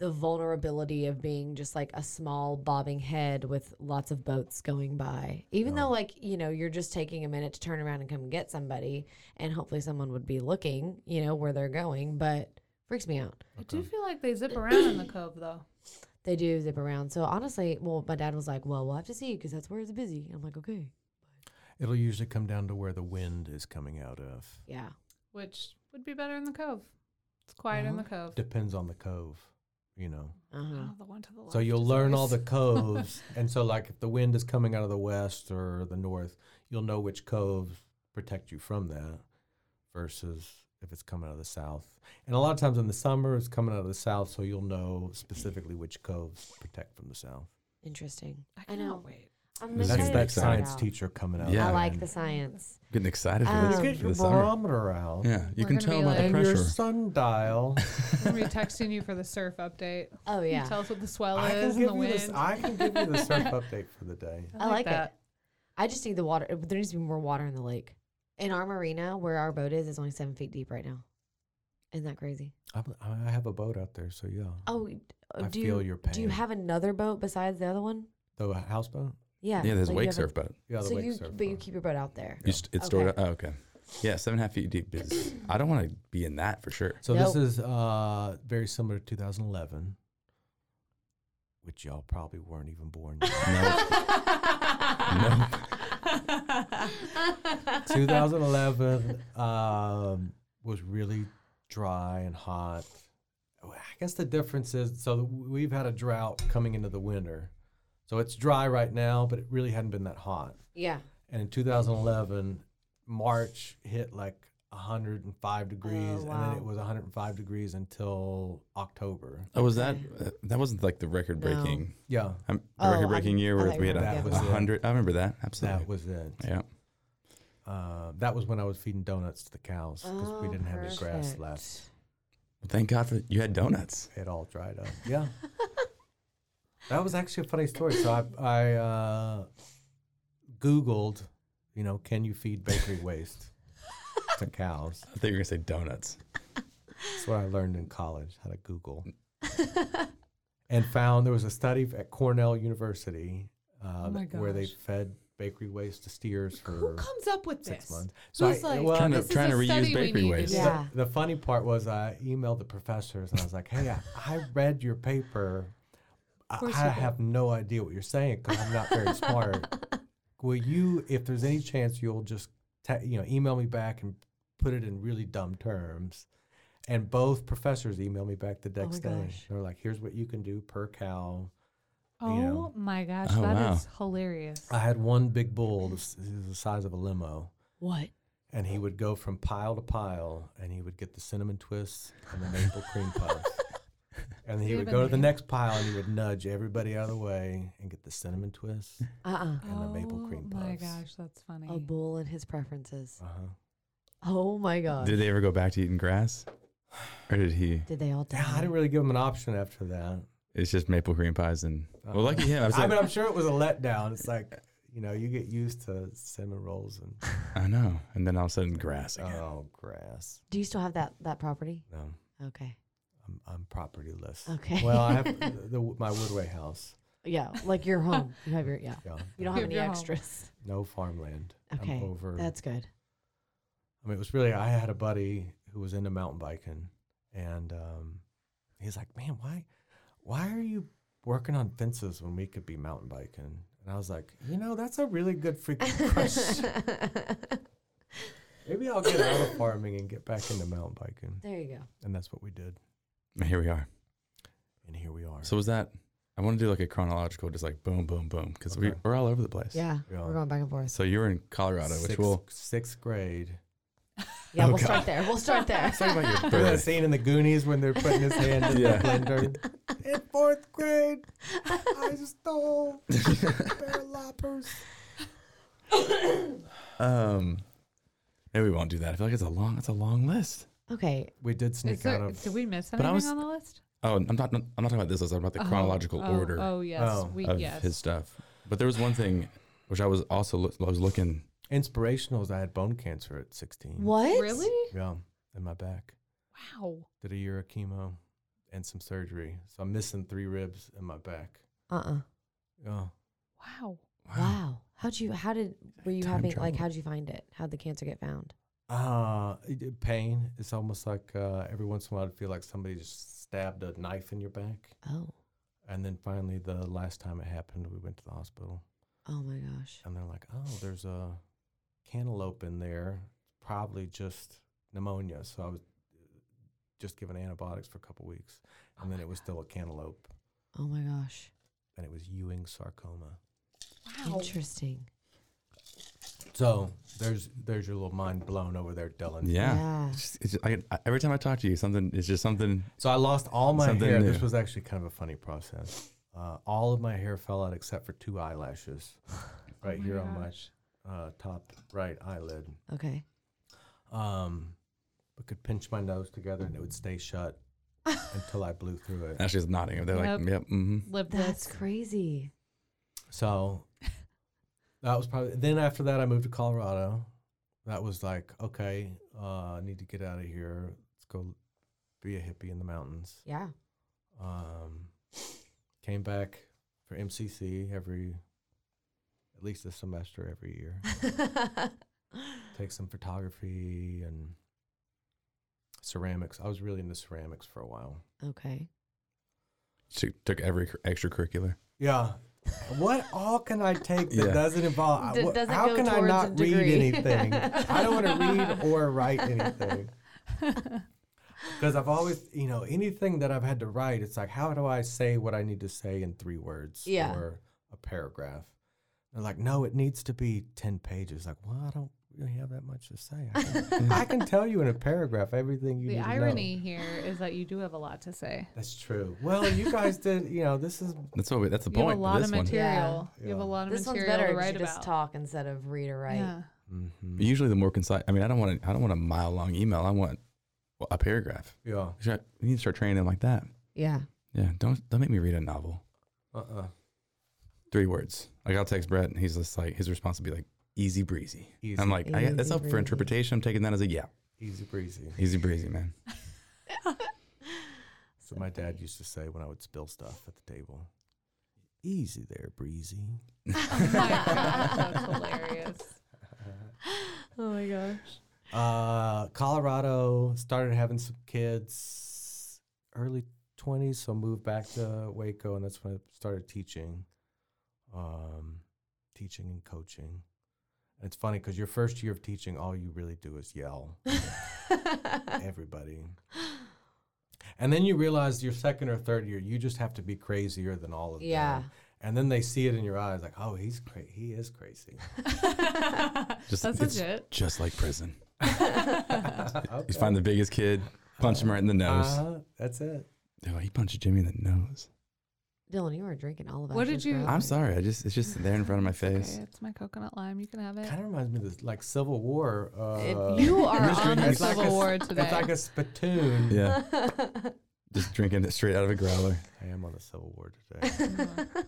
the vulnerability of being just like a small bobbing head with lots of boats going by. Even though like you know you're just taking a minute to turn around and come and get somebody, and hopefully someone would be looking, you know, where they're going. But freaks me out. Mm-hmm. I do feel like they zip around in the cove though. They do zip around. So honestly, well, my dad was like, "Well, we'll have to see because that's where it's busy." And I'm like, "Okay, the, it'll usually come down to where the wind is coming out of. yeah." Which would be better in the cove. It's quiet in the Uh-huh. cove. Depends on the cove, you know. Uh-huh. Oh, the one to the left. Mm. So you'll is learn all worse. the coves, and so like if the wind is coming out of the west or the north, you'll know which coves protect you from that, versus if it's coming out of the south. And a lot of times in the summer, it's coming out of the south, so you'll know specifically which coves protect from the south. Interesting. I I cannot know. wait. I'm This is That's excited that to try it science out. teacher coming out. Yeah. I there like and the science. Getting excited for this. Um, Get for your the summer. barometer out Yeah, you We're can gonna tell be about the and your pressure. sundial. I'm gonna be texting you for the surf update. Oh You yeah, Tell us what the swell I can is and give the you wind. this. I can give you the surf update for the day. I like it. I just need the water. uh, There needs to be more water in the lake. In our marina, where our boat is, it's only seven feet deep right now. Isn't that crazy? I'm, I have a boat out there, so yeah. Oh, y- uh, I do feel you, your Do you pain. have another boat besides the other one? The houseboat. Yeah. Yeah, there's like you wake have a- surf boat. Yeah, the so wake you, surf but you boat. keep your boat out there. You st- it's stored. Okay. Oh, okay. Yeah, seven and a half feet deep is. I don't want to be in that for sure. So Nope. this is uh, very similar to 2011, which y'all probably weren't even born. Yet. No, no. 2011 um, was really dry and hot. Well, I guess the difference is so we've had a drought coming into the winter. So it's dry right now, but it really hadn't been that hot. yeah. And in 2011, March hit like 105 degrees, and wow. then it was 105 degrees until October. Oh, was that uh, that wasn't like the record breaking Yeah, um, Oh, the record breaking I- year I where thought you we had were- a, That a was it. hundred? I remember that absolutely. that was it. yeah. Uh, that was when I was feeding donuts to the cows Oh, because we didn't have any grass left. Well, thank God for you had donuts. It all dried up. Yeah. that was actually a funny story. So I, I uh, Googled, you know, can you feed bakery waste to cows? I thought you were gonna say donuts. That's what I learned in college how to Google. and found there was a study at Cornell University uh, Oh my where they gosh. fed bakery waste to steers Who for comes up with six this? months. Who's like, well, Trying to- this is trying a to reuse study we bakery needed." waste. Yeah. the, the funny part was I emailed the professors and I was like, "Hey, I, I read your paper. I, course I you did. have no idea what you're saying because I'm not very smart. Will you, if there's any chance, you'll just te- you know email me back and put it in really dumb terms." And both professors emailed me back the my next day. gosh. They were like, "Here's what you can do per cow." Oh You know. my gosh, that Oh, is wow. hilarious. I had one big bull. This this is the size of a limo. What? and he would go from pile to pile and he would get the cinnamon twists and the maple cream puffs. And he Dude, would but go to the they- next pile and he would nudge everybody out of the way and get the cinnamon twists. Uh uh and the maple cream oh my puffs. gosh, that's funny. A bull and his preferences. Uh-huh. Oh my Uh, god. Did they ever go back to eating grass, or did he? Did they all die? Yeah, I didn't really give him an option after that. It's just maple cream pies and Uh-huh. well, lucky him. I was I like, mean, I'm sure it was a letdown. It's like, you know, you get used to cinnamon rolls and I know. And then all of a sudden, grass again. oh, grass. Do you still have that that property? No, Okay. I'm, I'm propertyless. Okay. Well, I have the, the, my Woodway house. Yeah, like your home. You have your yeah. Yeah. You don't have Give any your home. extras. no farmland. Okay. I'm over. That's good. I mean, it was really, I had a buddy who was into mountain biking, and um, he's like, man, why, why are you working on fences when we could be mountain biking? And I was like, you know, that's a really good freaking question. Maybe I'll get out of farming and get back into mountain biking. There you go. And that's what we did. And Here we are. And here we are. So was that? I want to do like a chronological, just like boom, boom, boom, because we, Okay. we're all over the place. Yeah, Yeah. we're going back and forth. So you were in Colorado, which sixth, will sixth grade. Yeah, Oh, we'll God. start there. We'll start there. talk about your Remember that birth. scene in the Goonies when they're putting his hand in Yeah. the blender? In fourth grade, I stole a pair of loppers. Um, maybe we won't do that. I feel like it's a long, it's a long list. Okay. We did Is sneak out there, of. did we miss I anything was- on the list? Oh, I'm not, I'm not talking about this list. I'm talking about the Oh, chronological oh, order Oh yes, Oh. we of yes. his stuff. But there was one thing which I was also loo- I was looking. Inspirationals. I had bone cancer at 16. What? Really? Yeah, in my back. Wow. Did a year of chemo and some surgery. So I'm missing three ribs in my back. Uh uh Yeah. Wow. Wow. How'd you? How did? Were you Time having? Like, travel. how'd you find it? How'd the cancer get found? Uh, it- it- pain. It's almost like uh, every once in a while I'd feel like somebody just stabbed a knife in your back. Oh. And then finally, the last time it happened, we went to the hospital. Oh my gosh. And they're like, oh, there's a cantaloupe in there. Probably just pneumonia. So I was uh, just given antibiotics for a couple weeks. And then it was still a cantaloupe. Oh my gosh. And it was Ewing sarcoma. Wow. Interesting. So there's there's your little mind blown over there, Dylan. Yeah. Yeah. It's just- it's just- I- I- every time I talk to you, something it's just something. So I lost all my Something hair. This new. was actually kind of a funny process. Uh, all of my hair fell out except for two eyelashes, right Oh my here on gosh. my uh, top right eyelid. Okay. Um, I could pinch my nose together and it would stay shut until I blew through it. Ashley's nodding. They're like, Yep. yep. hmm Live That's this. crazy. So that was probably. Then after that, I moved to Colorado. That was like, okay, uh, I need to get out of here. Let's go be a hippie in the mountains. Yeah. Um, came back for MCC every, at least a semester every year. Take some photography and ceramics. I was really into ceramics for a while. okay. She took every cur- extracurricular. Yeah. What all can I take that Yeah. doesn't involve? D- what- doesn't how go can I towards a not read degree. anything? I don't want to read or write anything. Because I've always, you know, anything that I've had to write, it's like, how do I say what I need to say in three words Yeah. or a paragraph? They're like, no, it needs to be 10 pages. Like, well, I don't really have that much to say. I can, I can tell you in a paragraph everything you The need to know. irony here is that you do have a lot to say. That's true. Well, you guys did, you know, this is That's what we, that's the You have point. a for lot this of one. material. Yeah. You have a Yeah. lot of This one's material better to 'cause write you about. just talk instead of read or write. Yeah. mm-hmm. But usually the more concise. I mean, I don't want to. I don't want a mile long email. I want well, a paragraph. Yeah. We should- we need to start training them like that. Yeah. Yeah. Don't don't make me read a novel. Uh uh Three words. Like I'll text Brett, and he's just like his response will be like easy breezy. I'm like, I, that's Easy up for breezy. interpretation. I'm taking that as a yeah, Easy breezy. easy breezy, man. So my dad used to say when I would spill stuff at the table, "Easy there, breezy." Oh my gosh, that's hilarious. Oh my gosh. Uh, Colorado started having some kids early twenties, so moved back to Waco, and that's when I started teaching, um, teaching and coaching. And it's funny because your first year of teaching, all you really do is yell. everybody. And then you realize your second or third year, you just have to be crazier than all of Yeah. them. And then they see it in your eyes, like, oh, he's cra- he is crazy. Just, that's it's legit. Just like prison. You Okay. find the biggest kid, punch him right in the nose. Uh-huh, that's it. Dude, he punched Jimmy in the nose. Dylan, you were drinking all of What did Asher's you- Grove. I'm sorry. I just it's just there in front of my face. Okay, it's my coconut lime. You can have it. Kind of reminds me of this like Civil War. Uh, If you are just mystery on the game. Civil like a, War It's today. like a spittoon. Yeah, just drinking it straight out of a growler. I am on the Civil War today.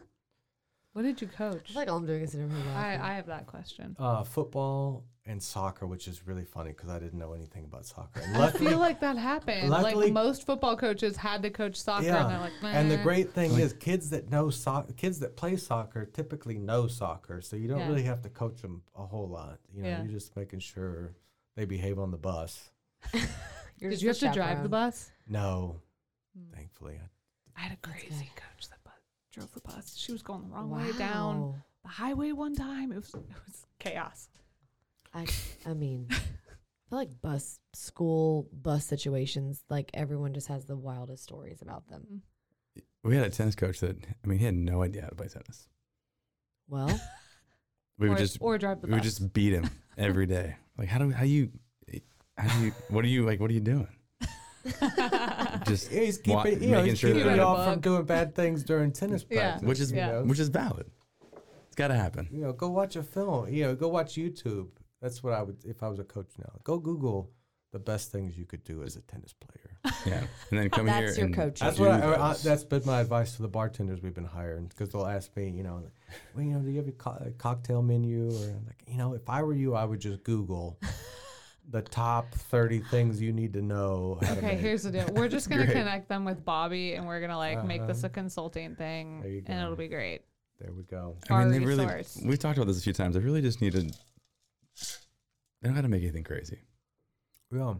What did you coach? It's like all I'm doing is sitting here I, laughing. I have that question. Uh, football and soccer, which is really funny because I didn't know anything about soccer. And I luckily, feel like that happened. luckily- like most football coaches had to coach soccer, and they're like, And the "Meh." great thing is, kids that know soccer, kids that play soccer, typically know soccer, so you don't Yeah. really have to coach them a whole lot. You know, Yeah. you're just making sure they behave on the bus. You're Did just you a have to drive the chaperone. bus? No, Hmm. thankfully, I- I had a good. crazy coach that bu- drove the bus. She was going the wrong way down Wow. the highway one time. It was it was chaos. I, I mean, I feel like bus, school bus situations, like everyone just has the wildest stories about them. We had a tennis coach that I mean, he had no idea how to play tennis. Well, We or, would just or drive the we bus. would just beat him every day. Like how do how you how do you what are you like what are you doing? Just Yeah, he's keeping, wa- you know, making he's sure keeping that it they're- all from doing bad things during tennis Yeah. practice, which is you Yeah. know? which is valid. It's got to happen. you know, go watch a film. You know, go watch YouTube. That's what I would if I was a coach now. Go Google the best things you could do as a tennis player. Yeah, and then come That's here. your and coaching. That's what I, do I, I- those. that's been my advice to the bartenders we've been hiring because they'll ask me, you know, well, you know, do you have a, co- a cocktail menu or I'm like, you know, if I were you, I would just Google the top thirty things you need to know. How to Okay, make. here's the deal. We're just gonna Great. connect them with Bobby, and we're gonna like make this a consulting thing, Uh-huh. There you and go. it'll be great. there we go. I mean, they our really. resource. We've talked about this a few times. They really just need to. They don't got to make anything crazy. Yeah,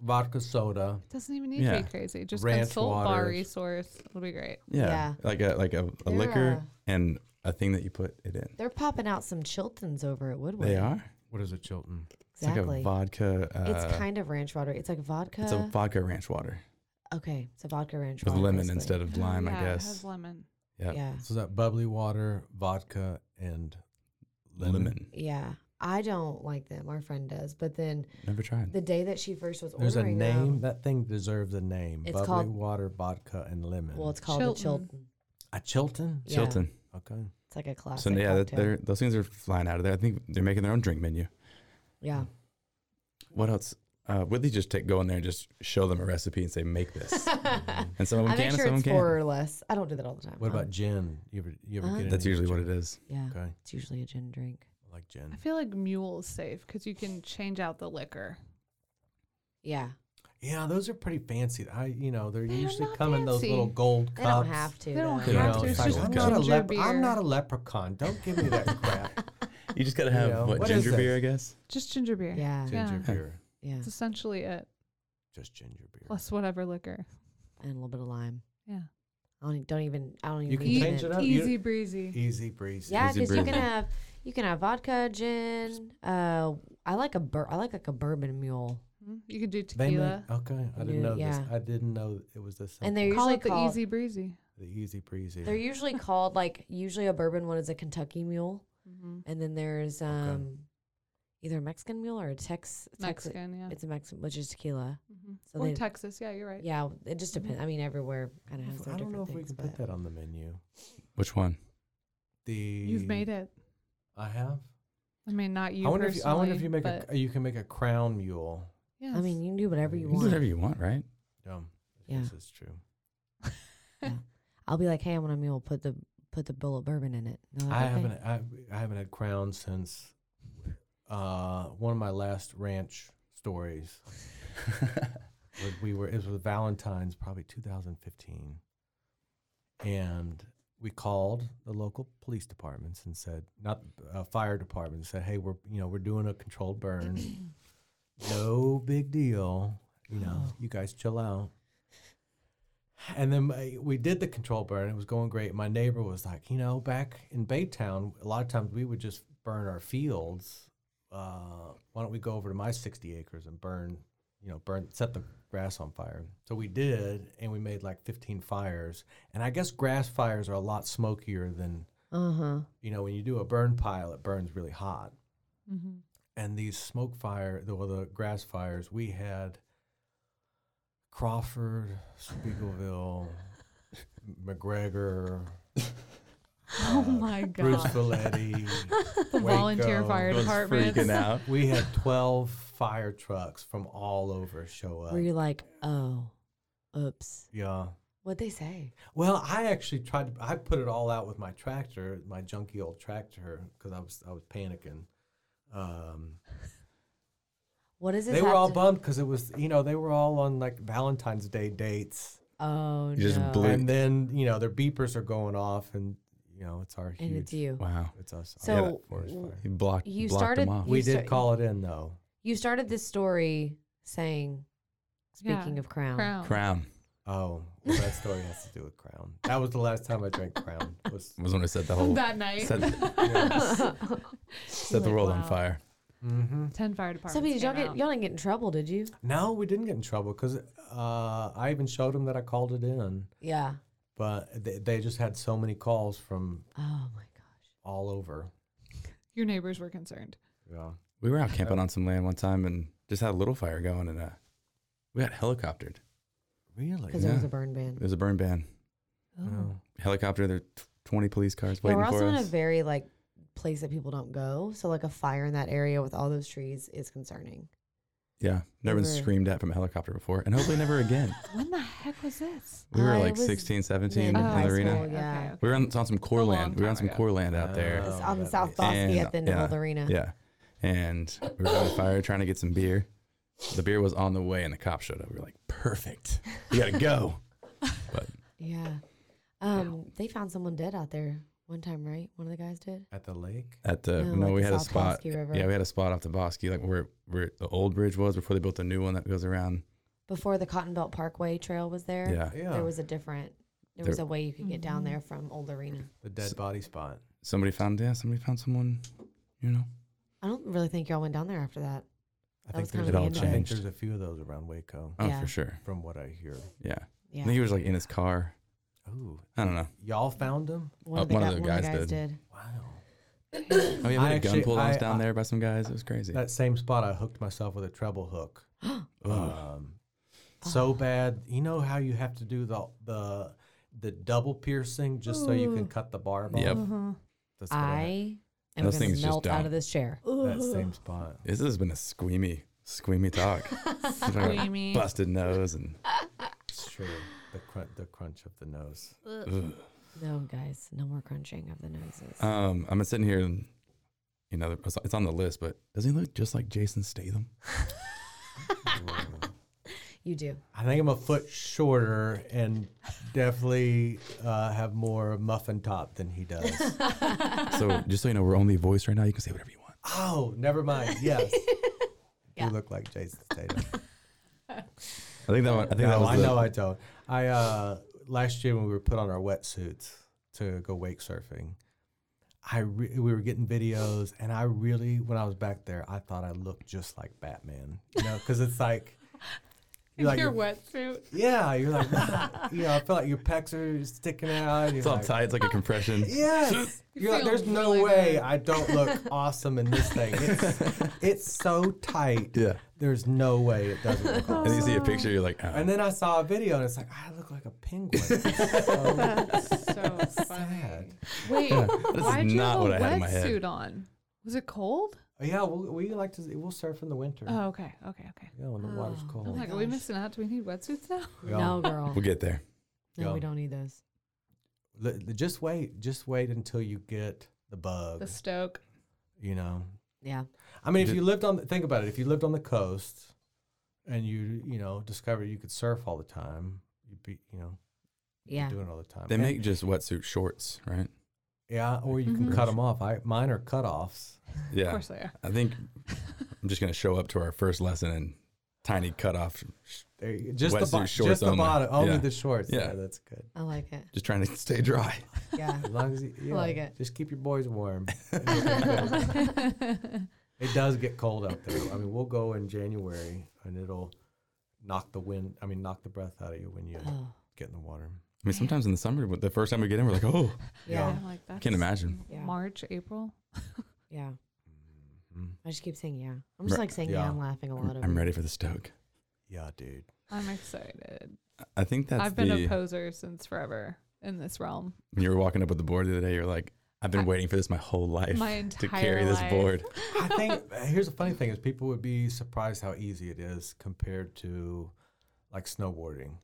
vodka soda. Doesn't even need to Yeah. be crazy. Just Ranch consult bar waters. resource. It'll be great. Yeah, Yeah. like a like a, a liquor Yeah. and a thing that you put it in. they're popping out some Chiltons over at Woodward. They are. What is a Chilton? It's like Exactly. a It's, vodka. Uh, kind of ranch water. It's like vodka. It's a vodka ranch water okay, it's a vodka ranch with water. lemon basically. instead of lime, yeah, I It has guess. lemon. Yep. Yeah. So is that bubbly water, vodka, and Lemon. Yeah. I don't like them. Our friend does. But then Never tried. the day that she first was There's a ordering them- name that thing deserves a name. It's bubbly called- water, vodka, and lemon. well, it's called a Chilton. Chilton. a Chilton. Yeah. Chilton. Okay. It's like a classic. So yeah, that- cocktail. they're, those things are flying out of there. I think they're making their own drink menu. yeah. What else? Uh, would they just take go in there and just show them a recipe and say make this? and some of them I can, make and sure some of it's them can't. four or less. I don't do that all the time. What Um, about gin? You ever you ever Uh-huh. get? That's any usually what gin? it is. Yeah. Okay. It's usually a gin drink. I like gin. I feel like mule's safe because you can change out the liquor. Yeah. Yeah, those are pretty fancy. I, you know, they're, They are usually not come in those little fancy. gold They cups. don't have to. They don't though. They You don't know, have to. it's It's like, just I'm gold not a cups. lep- Ginger I'm beer. not a leprechaun. Don't give me that crap. You just gotta You have know, what, what is ginger this? beer, I guess. Just ginger beer. Yeah. Yeah. Ginger beer, Yeah. It's essentially it. just ginger beer. Plus whatever liquor. And a little bit of lime. Yeah. I don't, don't even. I don't even. You can need change it up. You- E- Easy breezy. Easy breezy. Yeah, Easy because you can breezy. have you can have vodka, gin. Uh, I like a bur- I like like a bourbon mule, Mm, You could do They make- tequila. okay, I didn't Yeah. know this. Yeah. I didn't know it was this. and simple. they're Call usually it the called, easy breezy. the easy breezy. They're usually called like usually a bourbon one is a Kentucky mule, hmm and then there's um, either a Mexican mule or a Tex Tex. Mexican, yeah. It's a Mexican, which is tequila. Mhm. so or they- Texas, yeah, you're right. Yeah, it just depends. I mean, everywhere kind of has their I don't different know Mm-hmm. if we things. can but put that on the menu. Which one? The You've made it. I have. I mean, not you I wonder if you, personally. I wonder if you make but a you can make a crown mule. yes. I mean, you can do whatever You you You can do want. whatever you want, right? Um, Yeah. This is true. I'll be like, hey, I want a mule. Put the put the bullet bourbon in it. And they're like, I "Okay." haven't I, I haven't had crown since uh, one of my last ranch stories. was we were it was Valentine's probably 2015, and we called the local police departments and said not uh, fire department and said hey we're you know we're doing a controlled burn, no big deal, you know you guys chill out. And then my, we did the control burn. It was going great. My neighbor was like, you know, back in Baytown, a lot of times we would just burn our fields. Uh, why don't we go over to my 60 acres and burn, you know, burn, set the grass on fire? So we did, and we made like 15 fires. And I guess grass fires are a lot smokier than, Uh huh. you know, when you do a burn pile, it burns really hot Mhm. and these smoke fire, the, well, the grass fires, we had Crawford, Spiegelville, McGregor, uh, oh my Bruce god, Valetti, the volunteer Waco. fire department. freaking out. We had 12 fire trucks from all over show up. Where you're like, oh, oops. Yeah. What'd they say? Well, I actually tried to, I put it all out with my tractor, my junky old tractor, because I was, I was panicking. Um, What does this? they were have all to- bummed because it was, you know, they were all on like Valentine's Day dates. Oh You just no. blew- and then you know their beepers are going off, and you know it's our huge. and it's you. Wow. It's us. So, Yeah, that forest w- fire. He blocked, You blocked started- them off. we you did start- call it in though. You started this story saying, Yeah, speaking of crown, Crown. Crown Oh, well, that story has to do with Crown. That was the last time I drank Crown. Was, was when I set the whole That night, set, set the world on fire. mm-hmm. ten fire departments. So, because y'all came get out. y'all didn't get in trouble, did you? No, we didn't get in trouble because uh, I even showed them that I called it in, Yeah. but they, they just had so many calls from Oh my gosh. all over. Your neighbors were concerned. Yeah. We were out camping on some land one time and just had a little fire going and uh, we got helicoptered. Really? Because it was Yeah. a burn ban. It was a burn ban. Oh. Helicopter, there were tw- 20 police cars Yeah, waiting we're also for in a us. very like place that people don't go. So like a fire in that area with all those trees is concerning. yeah. Never been Never. screamed at from a helicopter before and hopefully never again. When the heck was this? We were I like was 16, 17 in Oh, in high the arena. school, yeah. okay, okay. We were on, on some core A long land. We were on time some ago. core land out there. Oh, It's on the that South makes- Bosky And- at the end of yeah, the arena. Yeah. And we were on fire trying to get some beer. The beer was on the way and the cop showed up. We were like, perfect. We got to go. But Yeah. Um, they found someone dead out there one time, right? One of the guys did. At the lake. at the, No, no, Oh, like we the had a South spot. Bosky River. Yeah, we had a spot off the Bosky, like where, where the old bridge was before they built the new one that goes around. Before the Cotton Belt Parkway Trail was there. Yeah. Yeah. There was a different. There There- was a way you could get down Mhm. there from Old Arena. the dead body spot. Somebody found, yeah, somebody found someone, you know. I don't really think y'all went down there after that. I That was think, kind there's, of the I end of it. think Changed. there's a few of those around Waco, Oh, Yeah. for sure. from what I hear. Yeah. I Yeah. think he was like in his car. Oh, I don't know. y'all found him? One, of Uh, the, guy- one of the guys, did. Wow. Oh, yeah, we I had a actually- gun pulled on us I- down I- there by some guys. It was crazy. That same spot, I hooked myself with a treble hook. um, so bad. You know how you have to do the the the double piercing just so you can cut the barb off. Yep. Uh-huh. That's what I- I am Those going things to just melt out don't. of this chair. that same spot. This has been a squeamy, squeamy talk. Talking about Squeamy. Busted nose and It's true. The crunch, the crunch of the nose. ugh. No, guys, no more crunching of the noses. Uh, um, I'm sitting here and you know it's- it's on the list, but doesn't he look just like Jason Statham? you do. I think I'm a foot shorter and definitely uh, have more muffin top than he does. So just so you know, we're only voice right now. You can say whatever you want. oh, never mind. Yes. You look like Jason Statham. I think that one. I think that No, was. I the- know I don't. I uh, last year when we were put on our wetsuits to go wake surfing, I re- we were getting videos, and I really, when I was back there, I thought I looked just like Batman, you know, because it's like. In you're like- your wetsuit. Yeah, you're like, you know, I feel like your pecs are sticking out. and You're It's all like, tight. It's like a compression. Yes. You're like, feel there's no really way good. I don't look awesome in this thing. It's, it's so tight. Yeah. There's no way it doesn't look awesome. And you see a picture, you're like, oh. And then I saw a video and it's like, I look like a penguin. It's Oh. so so funny. sad. Wait, is why'd you not have what a I had in my head. wetsuit on? Was it cold? Yeah, we'll, we like to, we'll surf in the winter. Oh, okay, okay, okay. Yeah, when the water's Oh. cold. I'm like, are we missing out? Do we need wetsuits now? Yeah. No, girl. we'll get there. No, we Yeah. don't need those. L- l- just wait. Just wait until you get the bug, The Stoke. you know? Yeah. I mean, if Did- you lived on, the, think about it. If you lived on the coast, and you you know discovered you could surf all the time, you'd be you know you'd Yeah. be doing it all the time. They And- make just wetsuit shorts, right? yeah, or you can Mm-hmm. Mhm. cut them off. I mine are cut offs. Yeah. Of course they are. I think I'm just gonna show up to our first lesson in tiny cutoff. Just the, Wetsuit bo- shorts just the only. bottom, only Yeah. the shorts. Yeah. Yeah. that's good. I like it. Just trying to stay dry. Yeah. As long as you yeah, like it. just keep your boys warm. it does get cold out there. I mean, we'll go in January, and it'll knock the wind. I mean, knock the breath out of you when you Oh. get in the water. I mean, sometimes in the summer, but the first time we get in, we're like, oh, Yeah. I'm like, that's can't imagine. Yeah. March, April. Yeah. Mhm. I just keep saying yeah. I'm just Right. like saying yeah. Yeah. I'm laughing a lot. I'm, Over I'm it. ready for the stoke. Yeah, dude. I'm excited. I think that's I've been the a poser since forever in this realm. when you were walking up with the board the other day. You're like, I've been I- waiting for this my whole life My to entire carry this life. board. I think uh, here's the funny thing is people would be surprised how easy it is compared to like snowboarding,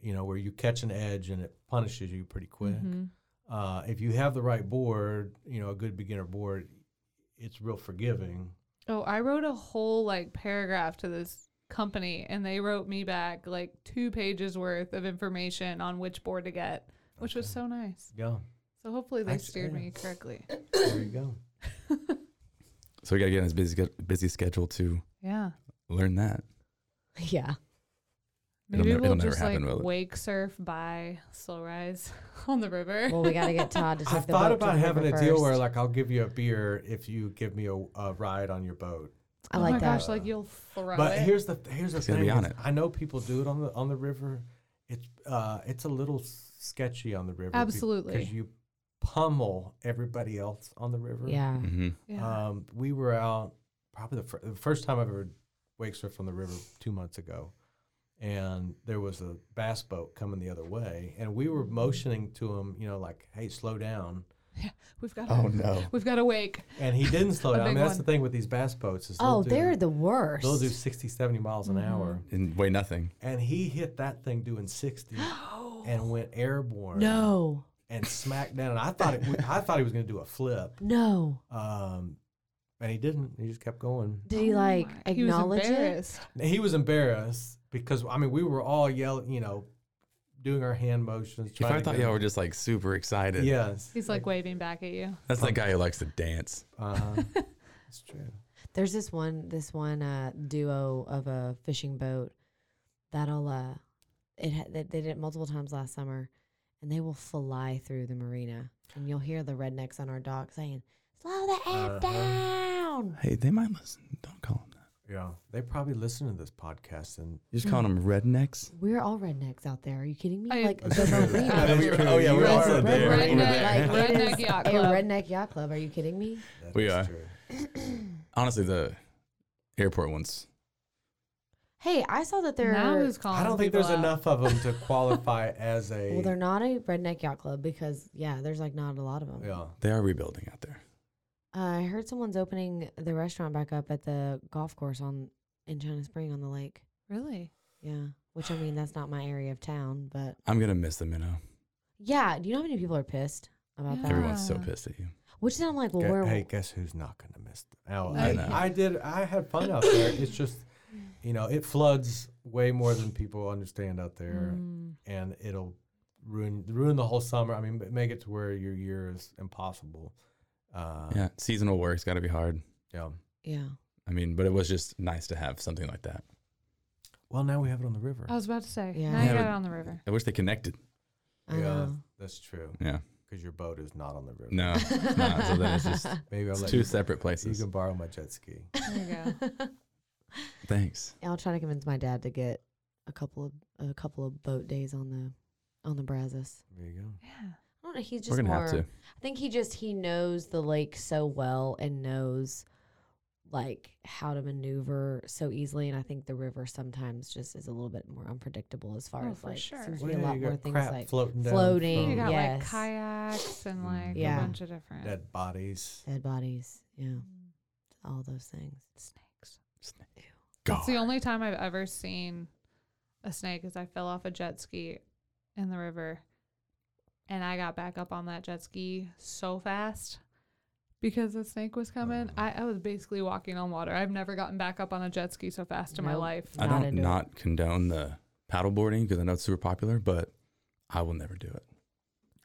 you know, where you catch an edge and it punishes you pretty quick. Mm-hmm. Mhm. Uh, if you have the right board, you know, a good beginner board, it's real forgiving. Oh, I wrote a whole like paragraph to this company and they wrote me back like two pages worth of information on which board to get, which was so nice. Yeah, So hopefully they That's- steered yeah. me correctly. there you go. So we gotta get on his busy sch- busy schedule to Yeah. learn that. Yeah. It'll Maybe never- we'll it'll never just happen, will like it? wake surf by slow rise on the river. Well, we gotta get Todd to take I've the boat thought to about the having river a deal where first. like I'll give you a beer if you give me a, a ride on your boat. I oh like my that. gosh, like you'll throw But it. here's the here's the It's thing. gotta be on is it. I know people do it on the on the river. It's uh it's a little sketchy on the river. Absolutely. Because you pummel everybody else on the river. yeah. Mm. hmm yeah. Um, we were out probably the, fir- the first time I've ever wake surfed on the river two months ago, and there was a bass boat coming the other way, and we were motioning to him, you know, like, "Hey, slow down," We've got Oh to no. We've got to wake. and he didn't slow A down. I big mean, that's one. the thing with these bass boats is Oh, they'll do- they're the worst. Mm-hmm. they'll do 60, 70 miles an hour. And weigh nothing. and he hit that thing doing 60 and went airborne no. and smacked down and i thought it, I thought he was going to do a flip No. um, and he didn't he just kept going Did he Oh like my- he was acknowledge it? embarrassed. And he was embarrassed because i mean we were all yelling you know doing our hand motions If trying I to thought get- y'all were just like super excited, yes He's like waving back at you. that's that guy who likes to dance. uh-huh. it's true There's this one this one uh duo of a fishing boat that'll uh it ha- they, they did it multiple times last summer and they will fly through the marina and you'll hear the rednecks on our dock saying, Slow the F Uh-huh. down. Hey, they might listen. Don't call them that. yeah they probably listen to this podcast and You're just calling them rednecks. We're all rednecks out there. Are you kidding me? I- like That's the true. marina. That is true. Oh, yeah, You we guys are there. redneck- We're there. like, it Redneck is yacht a club. redneck yacht club. Are you kidding me? that We is are. true. Honestly, the airport ones. Hey, I saw that they're Now who's calling? i don't think people there's out? enough of them to qualify as a well, they're not a redneck yacht club because yeah, there's like not a lot of them. yeah They are rebuilding out there. I heard someone's opening the restaurant back up at the golf course on in China Spring on the lake. Really? Yeah, which I mean that's not my area of town, but I'm gonna miss the minnow. yeah. Do you know how many people are pissed about that? Everyone's so Ah. pissed at you. Which then I'm like, well, Gu- where? hey, guess who's not going to miss? The, oh, I I, know. I did. I had fun out there. It's just, you know, it floods way more than people understand out Mm-hmm. there, Mm. and it'll ruin ruin the whole summer. I mean, ma- make it to where your year is impossible. Uh, yeah. Yeah, seasonal work's got to be hard. yeah, I mean, but it was just nice to have something like that. Well, now we have it on the river. I was about to say. Yeah. Now you Yeah, got but- it on the river. I wish they connected. I know. that's true. Yeah. Because your boat is not on the river. No, it's not. So then it's just Maybe I'll it's let two you, separate you places. can borrow my jet ski. There you Thanks. I'll try to convince my dad to get a couple of a couple of boat days on the on the Brazos. There you go. Yeah. I don't know. He's just We're gonna more, have to. I think he just he knows the lake so well and knows like how to maneuver so easily. And I think the river sometimes just is a little bit more unpredictable as far Oh, as for like sure. seems to Well, be a yeah, lot you more got things crap like floating, down floating, You from got Yes. like kayaks and like Yeah. a bunch of different dead bodies. dead bodies. Yeah, Mm. all those things. snakes. Go. It's the only time I've ever seen a snake is I fell off a jet ski in the river and I got back up on that jet ski so fast because the snake was coming. I, I was basically walking on water. I've never gotten back up on a jet ski so fast in my Nope. life. I Not don't into it. not condone the paddleboarding because I know it's super popular, but I will never do it.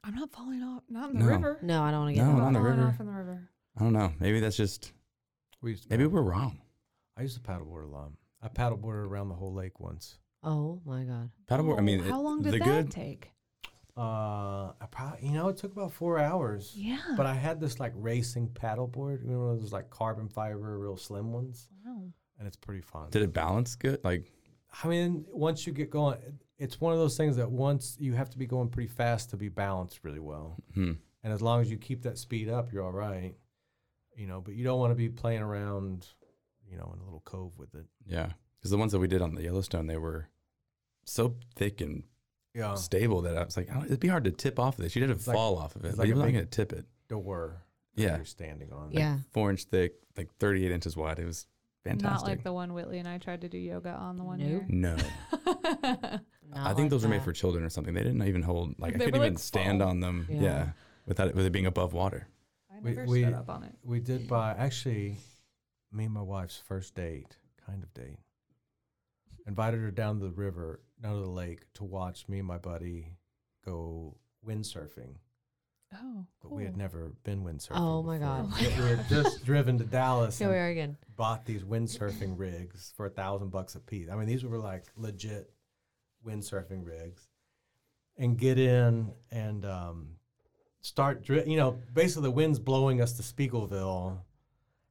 I'm not falling off not in the No. river. No, I don't want to get. No, I'm that. not not on the falling river. off in the river. I don't know. Maybe that's just We used to maybe paddle- we're wrong. I used to paddleboard a lot. I paddleboarded around the whole lake once. Oh my god. Paddleboard. I Oh, mean, it- how long did the that good. take? Uh, I probably you know it took about four hours. Yeah. But I had this like racing paddleboard, you know those like carbon fiber, real slim ones, wow. and it's pretty fun. Did it balance good? Like I mean, once you get going, it's one of those things that once you have to be going pretty fast to be balanced really well. hmm. And as long as you keep that speed up, you're all right. You know, but you don't want to be playing around, you know, in a little cove with it. Yeah, because the ones that we did on the Yellowstone, they were so thick and Yeah. stable that I was like, I don't- it'd be hard to tip off of this. You'd have to It's like- fall off of it. it's Oh. Like like you're a not big- gonna tip it. Door. that Yeah, You're standing on. Yeah. four inch thick, like 38 inches wide. It was fantastic. Not like the one Whitley and I tried to do yoga on the one Nope. year. no, Not I think like those were made that. for children or something. They didn't even hold. Like I They couldn't were, even like, stand foam. on them. Yeah. Yeah. without it, with it being above water. I We- never we- stood up on it. We did buy, actually, me and my wife's first date, kind of date, invited her down to the river, down to the lake to watch me and my buddy go windsurfing. Oh, But we had cool. never been windsurfing. Oh my before. God. But we had just driven to Dallas Here and we are again. bought these windsurfing rigs for a thousand bucks a piece. I mean, these were like legit windsurfing rigs, and get in and um, start. Dri- you know, basically the wind's blowing us to Spiegelville,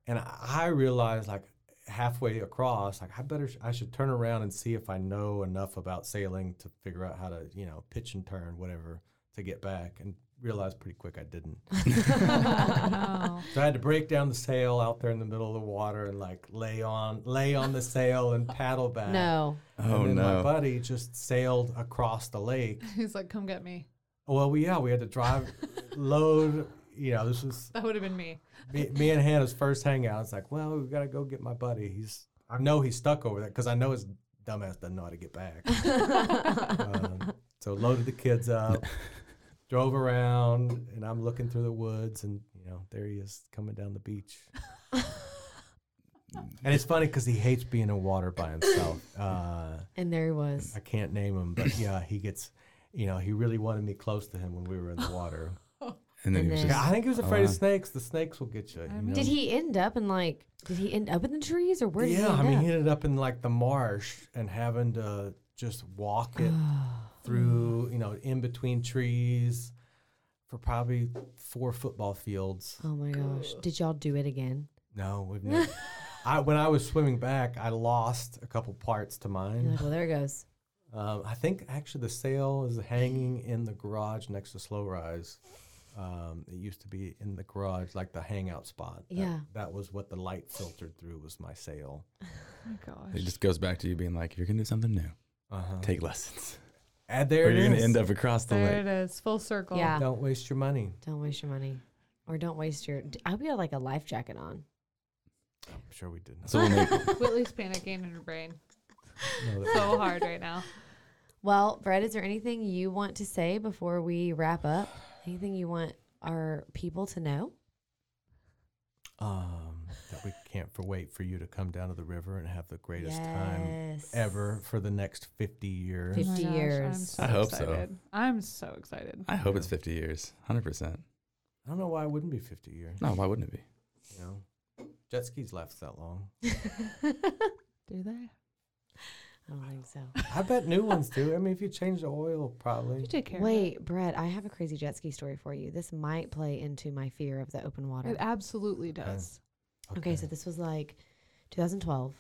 and I- I realized like halfway across, like I better sh- I should turn around and see if I know enough about sailing to figure out how to you know pitch and turn whatever to get back, and realized pretty quick I didn't. Oh, So I had to break down the sail out there in the middle of the water and like lay on lay on the sail and paddle back. No. And Oh then my no. buddy just sailed across the lake. He's like, come get me. Well, we yeah, we had to drive load, you know, this was That would have been me. me, me and Hannah's first hangout. It's like, well, we got to go get my buddy. He's I know he's stuck over there cuz I know his dumbass doesn't know how to get back. um, so loaded the kids up. Drove around and I'm looking through the woods and you know there he is coming down the beach. And it's funny because he hates being in water by himself. Uh, And there he was. I can't name him, but yeah, he gets, you know, he really wanted me close to him when we were in the water. And then And he was then- Yeah, just I think he was Oh, afraid of wow. snakes. The snakes will get you. you I mean- know? Did he end up in like? Did he end up in the trees or where did Yeah, he end I mean, up? he ended up in like the marsh and having to just walk Oh. it through, you know, in between trees for probably four football fields. oh my gosh! Did y'all do it again? No, we've never. I, when I was swimming back, I lost a couple parts to You're mine. like, well, there it goes. Um, I think actually the sail is hanging in the garage next to Slow Rise. Um, it used to be in the garage, like the hangout spot. That- Yeah. that was what the light filtered through was my sail. Oh my gosh. it just goes back to you being like, you're gonna do something new. Uh-huh. Take lessons, and there or it you're gonna is. end up across the there lake. it is, full circle. Yeah. Don't waste your money. Don't waste your money, or don't waste your. I would got like a life jacket on. I'm sure we didn't. So we'll make Whitley's panicking in her brain know that. so hard right now. Well, Brett, is there anything you want to say before we wrap up? Anything you want our people to know? um, that we can't for wait for you to come down to the river and have the greatest time Yes. ever for the next 50 years. Oh my 50 gosh, I'm years. so I hope so. excited. I'm so excited. I hope it's 50 years, 100. percent I don't know why it wouldn't be 50 years. No, why wouldn't it be? You know, jet skis last that long. Do they? I don't think so. I bet new ones do. I mean, if you change the oil, You probably. take care. of Wait, Brett, I have a crazy jet ski story for you. This might play into my fear of the open water. it. it absolutely Uh, does. okay, so this was like 2012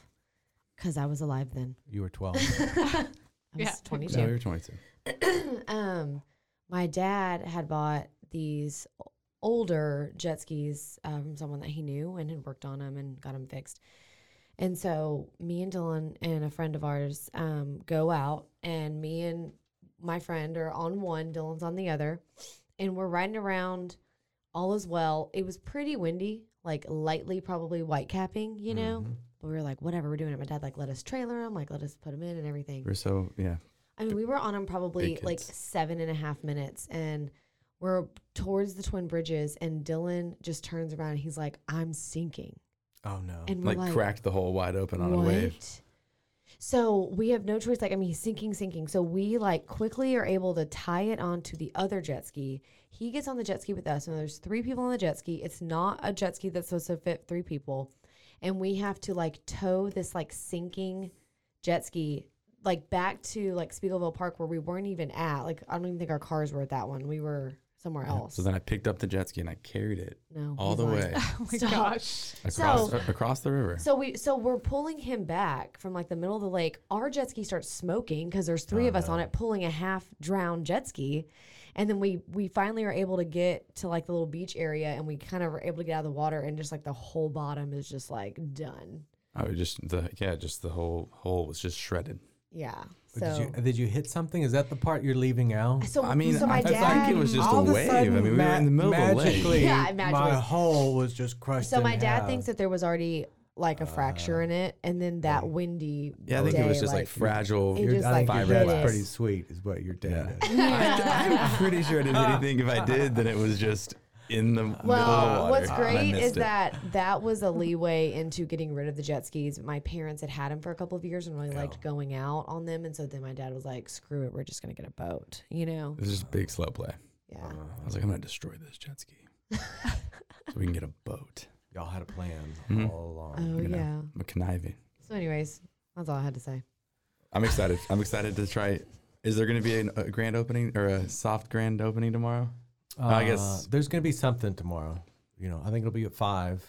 because I was alive then. you were 12. I was Yeah. 22. No, you're 22. um, my dad had bought these o- older jet skis uh, from someone that he knew and had worked on them and got them fixed. And so me and Dylan and a friend of ours um, go out, and me and my friend are on one, Dylan's on the other, and we're riding around. All is well. It was pretty windy, like lightly, probably white capping, you know. But we were like, whatever, we're doing it. My dad like let us trailer him, like let us put him in and everything. We're so yeah. I mean, we were on them probably big like kids. seven and a half minutes, and we're towards the Twin Bridges, and Dylan just turns around and he's like, "I'm sinking," Oh, no. and we're Like, like, cracked the hole wide open on a wave. "What?" So we have no choice. Like, I mean, he's sinking, sinking. So we like quickly are able to tie it onto the other jet ski. He gets on the jet ski with us, and there's three people on the jet ski. It's not a jet ski that's supposed to fit three people, and we have to like tow this like sinking jet ski like back to like Spiegelville Park where we weren't even at. Like I don't even think our cars were at that one. We were somewhere else. So then I picked up the jet ski and I carried it no, all he's the lying. way Oh my So- gosh. across So- a- across the river. So we so we're pulling him back from like the middle of the lake. Our jet ski starts smoking because there's three of us Oh, on it pulling a half drowned jet ski, and then we we finally are able to get to like the little beach area and we kind of are able to get out of the water and just like the whole bottom is just like done. I was just the yeah, just the whole hole was just shredded. Yeah. But So did, you, did you hit something? Is that the part you're leaving out? so I mean, so my I It's think dad. it was just all a of wave. I sudden, mean, we were in the middle of the lake. magically, Yeah, I My magically- hole was just crushed. So in my dad half. thinks that there was already like a fracture in it, and then that windy. Yeah, I think it was day, just like, fragile. it Your- just, I think like, your hit dad's us. pretty sweet, is what your dad is. I'm pretty sure I didn't anything. If I did, then it was just in the middle of Well, the water. what's and I great is missed it. that that was a leeway into getting rid of the jet skis. My parents had had them for a couple of years and really liked going out on them, and so then my dad was like, "Screw it, we're just gonna get a boat," you know? it was just a big slow play. Yeah. I was like, I'm gonna destroy this jet ski so we can get a boat. Y'all had a plan Mm-hmm. all along. Oh You know, yeah. I'm a conniving. So, anyways, that's all I had to say. I'm excited. I'm excited to try. it. Is there going to be an, a grand opening or a soft grand opening tomorrow? I guess- Uh, there's going to be something tomorrow. You know, I think it'll be at five.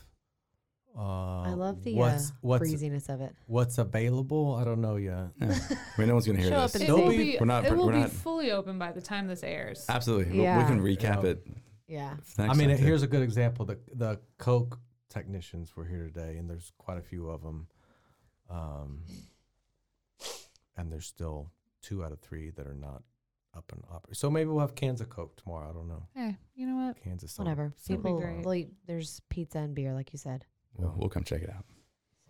Uh, I love the what's uh, what's breeziness of it. what's available. I don't know yet. No. I mean, no one's going to hear Show up this. and Don't it will be- be, We're not- it we're will be not- fully open by the time this airs. Absolutely. We- Yeah. We, can recap Yeah. it. Yeah. next I mean, time, too. here's a good example. The the Coke technicians were here today, and there's quite a few of them. Um, and there's still two out of three that are not up and operating. So maybe we'll have cans of Coke tomorrow. I don't know. Hey, you know what? Cans of something. Whatever. so- People, great. well, you- there's pizza and beer, like you said. We'll, we'll come check it out.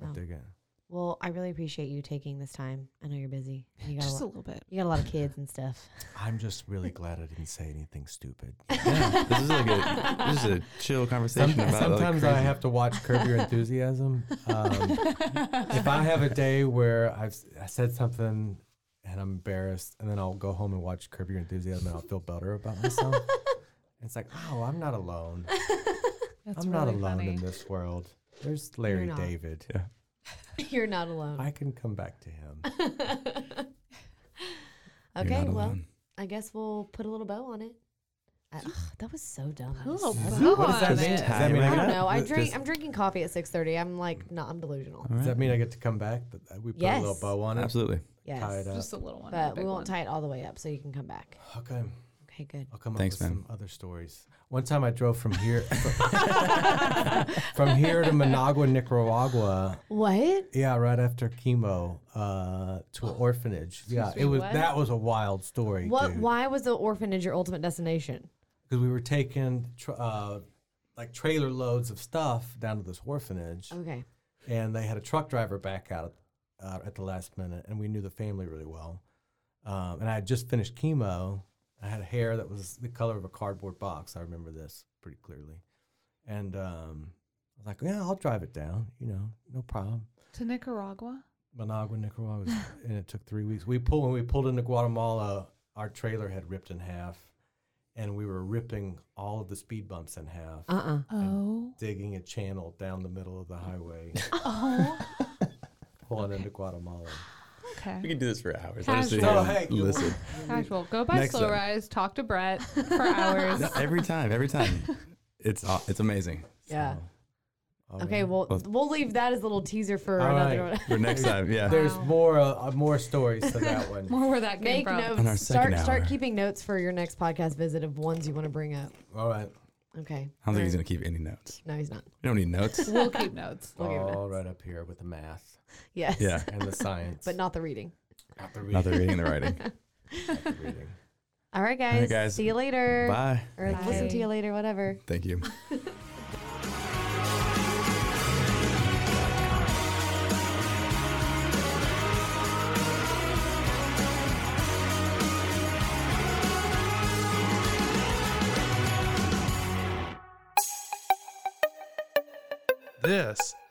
I So. dig it. Well, I really appreciate you taking this time. I know you're busy. and You got, a Just a lot, little bit. you got a lot of kids and stuff. I'm just really glad I didn't say anything stupid. This is like a this is a chill conversation Some- about. like, sometimes I crazy- have to watch Curb Your Enthusiasm. Um, if I have a day where I've s- I said something and I'm embarrassed, and then I'll go home and watch Curb Your Enthusiasm, and I'll feel better about myself. it's like, oh, I'm not alone. That's I'm really not alone funny. in this world. There's Larry not. David. Yeah. You're not alone. I can come back to him. You're okay, not well, alone. I guess we'll put a little bow on it. I, ugh, that was so dumb. I Put a just- little That's- bow what does that on mean? it. Does that mean I got- don't know. I th- drink. does- I'm drinking coffee at 6:30. I'm like, no, I'm delusional. All Does right. that mean I get to come back? That that we put a little Yes. bow on it. Absolutely. Tie it Yes, up. Just a little one. not a but we big won't one. tie it all the way up, so you can come back. Okay. Okay, good. I'll come Thanks, up with ma'am. some other stories. One time I drove from here from here to Managua, Nicaragua. What? Yeah, right after chemo, uh, to Oh, an orphanage. Yeah, it was what? that was a wild story. What? Why was the orphanage your ultimate destination? Because we were taking tr uh, like trailer loads of stuff down to this orphanage, Okay. and they had a truck driver back out uh, at the last minute, and we knew the family really well. Um, and I had just finished chemo. I had hair that was the color of a cardboard box. I remember this pretty clearly. And um, I was like, yeah, I'll drive it down, you know, no problem. to Nicaragua. Managua, Nicaragua, was, and it took three weeks. We pulled when we pulled into Guatemala, our trailer had ripped in half, and we were ripping all of the speed bumps in half, Uh. uh Oh, digging a channel down the middle of the highway, oh, pulling into Guatemala. We Okay. could do this for hours. Casual. Let's sit here No, and Oh, hey, you- listen. Casual. Go by Next Slow up. Rise. Talk to Brett for hours. No, every time, every time. It's aw- it's amazing. Yeah. So, all Okay, right. well, Well- we'll leave that as a little teaser for All another right. one. For next time, yeah. There's Wow. more uh, uh, more stories to that one. More where that came Make from. On our notes. Start second start hour. keeping notes for your next podcast visit of ones you want to bring up. All right. Okay. I don't think he's gonna keep any notes. No, he's not. We don't need notes. We'll keep notes. We'll give it all right up here with the math Yes. Yeah, and the science. But not the reading. not the not the reading. reading, the writing. not the reading. All right, guys. right, guys. See you later. Bye. Or Bye. listen to you later, whatever. Thank you. This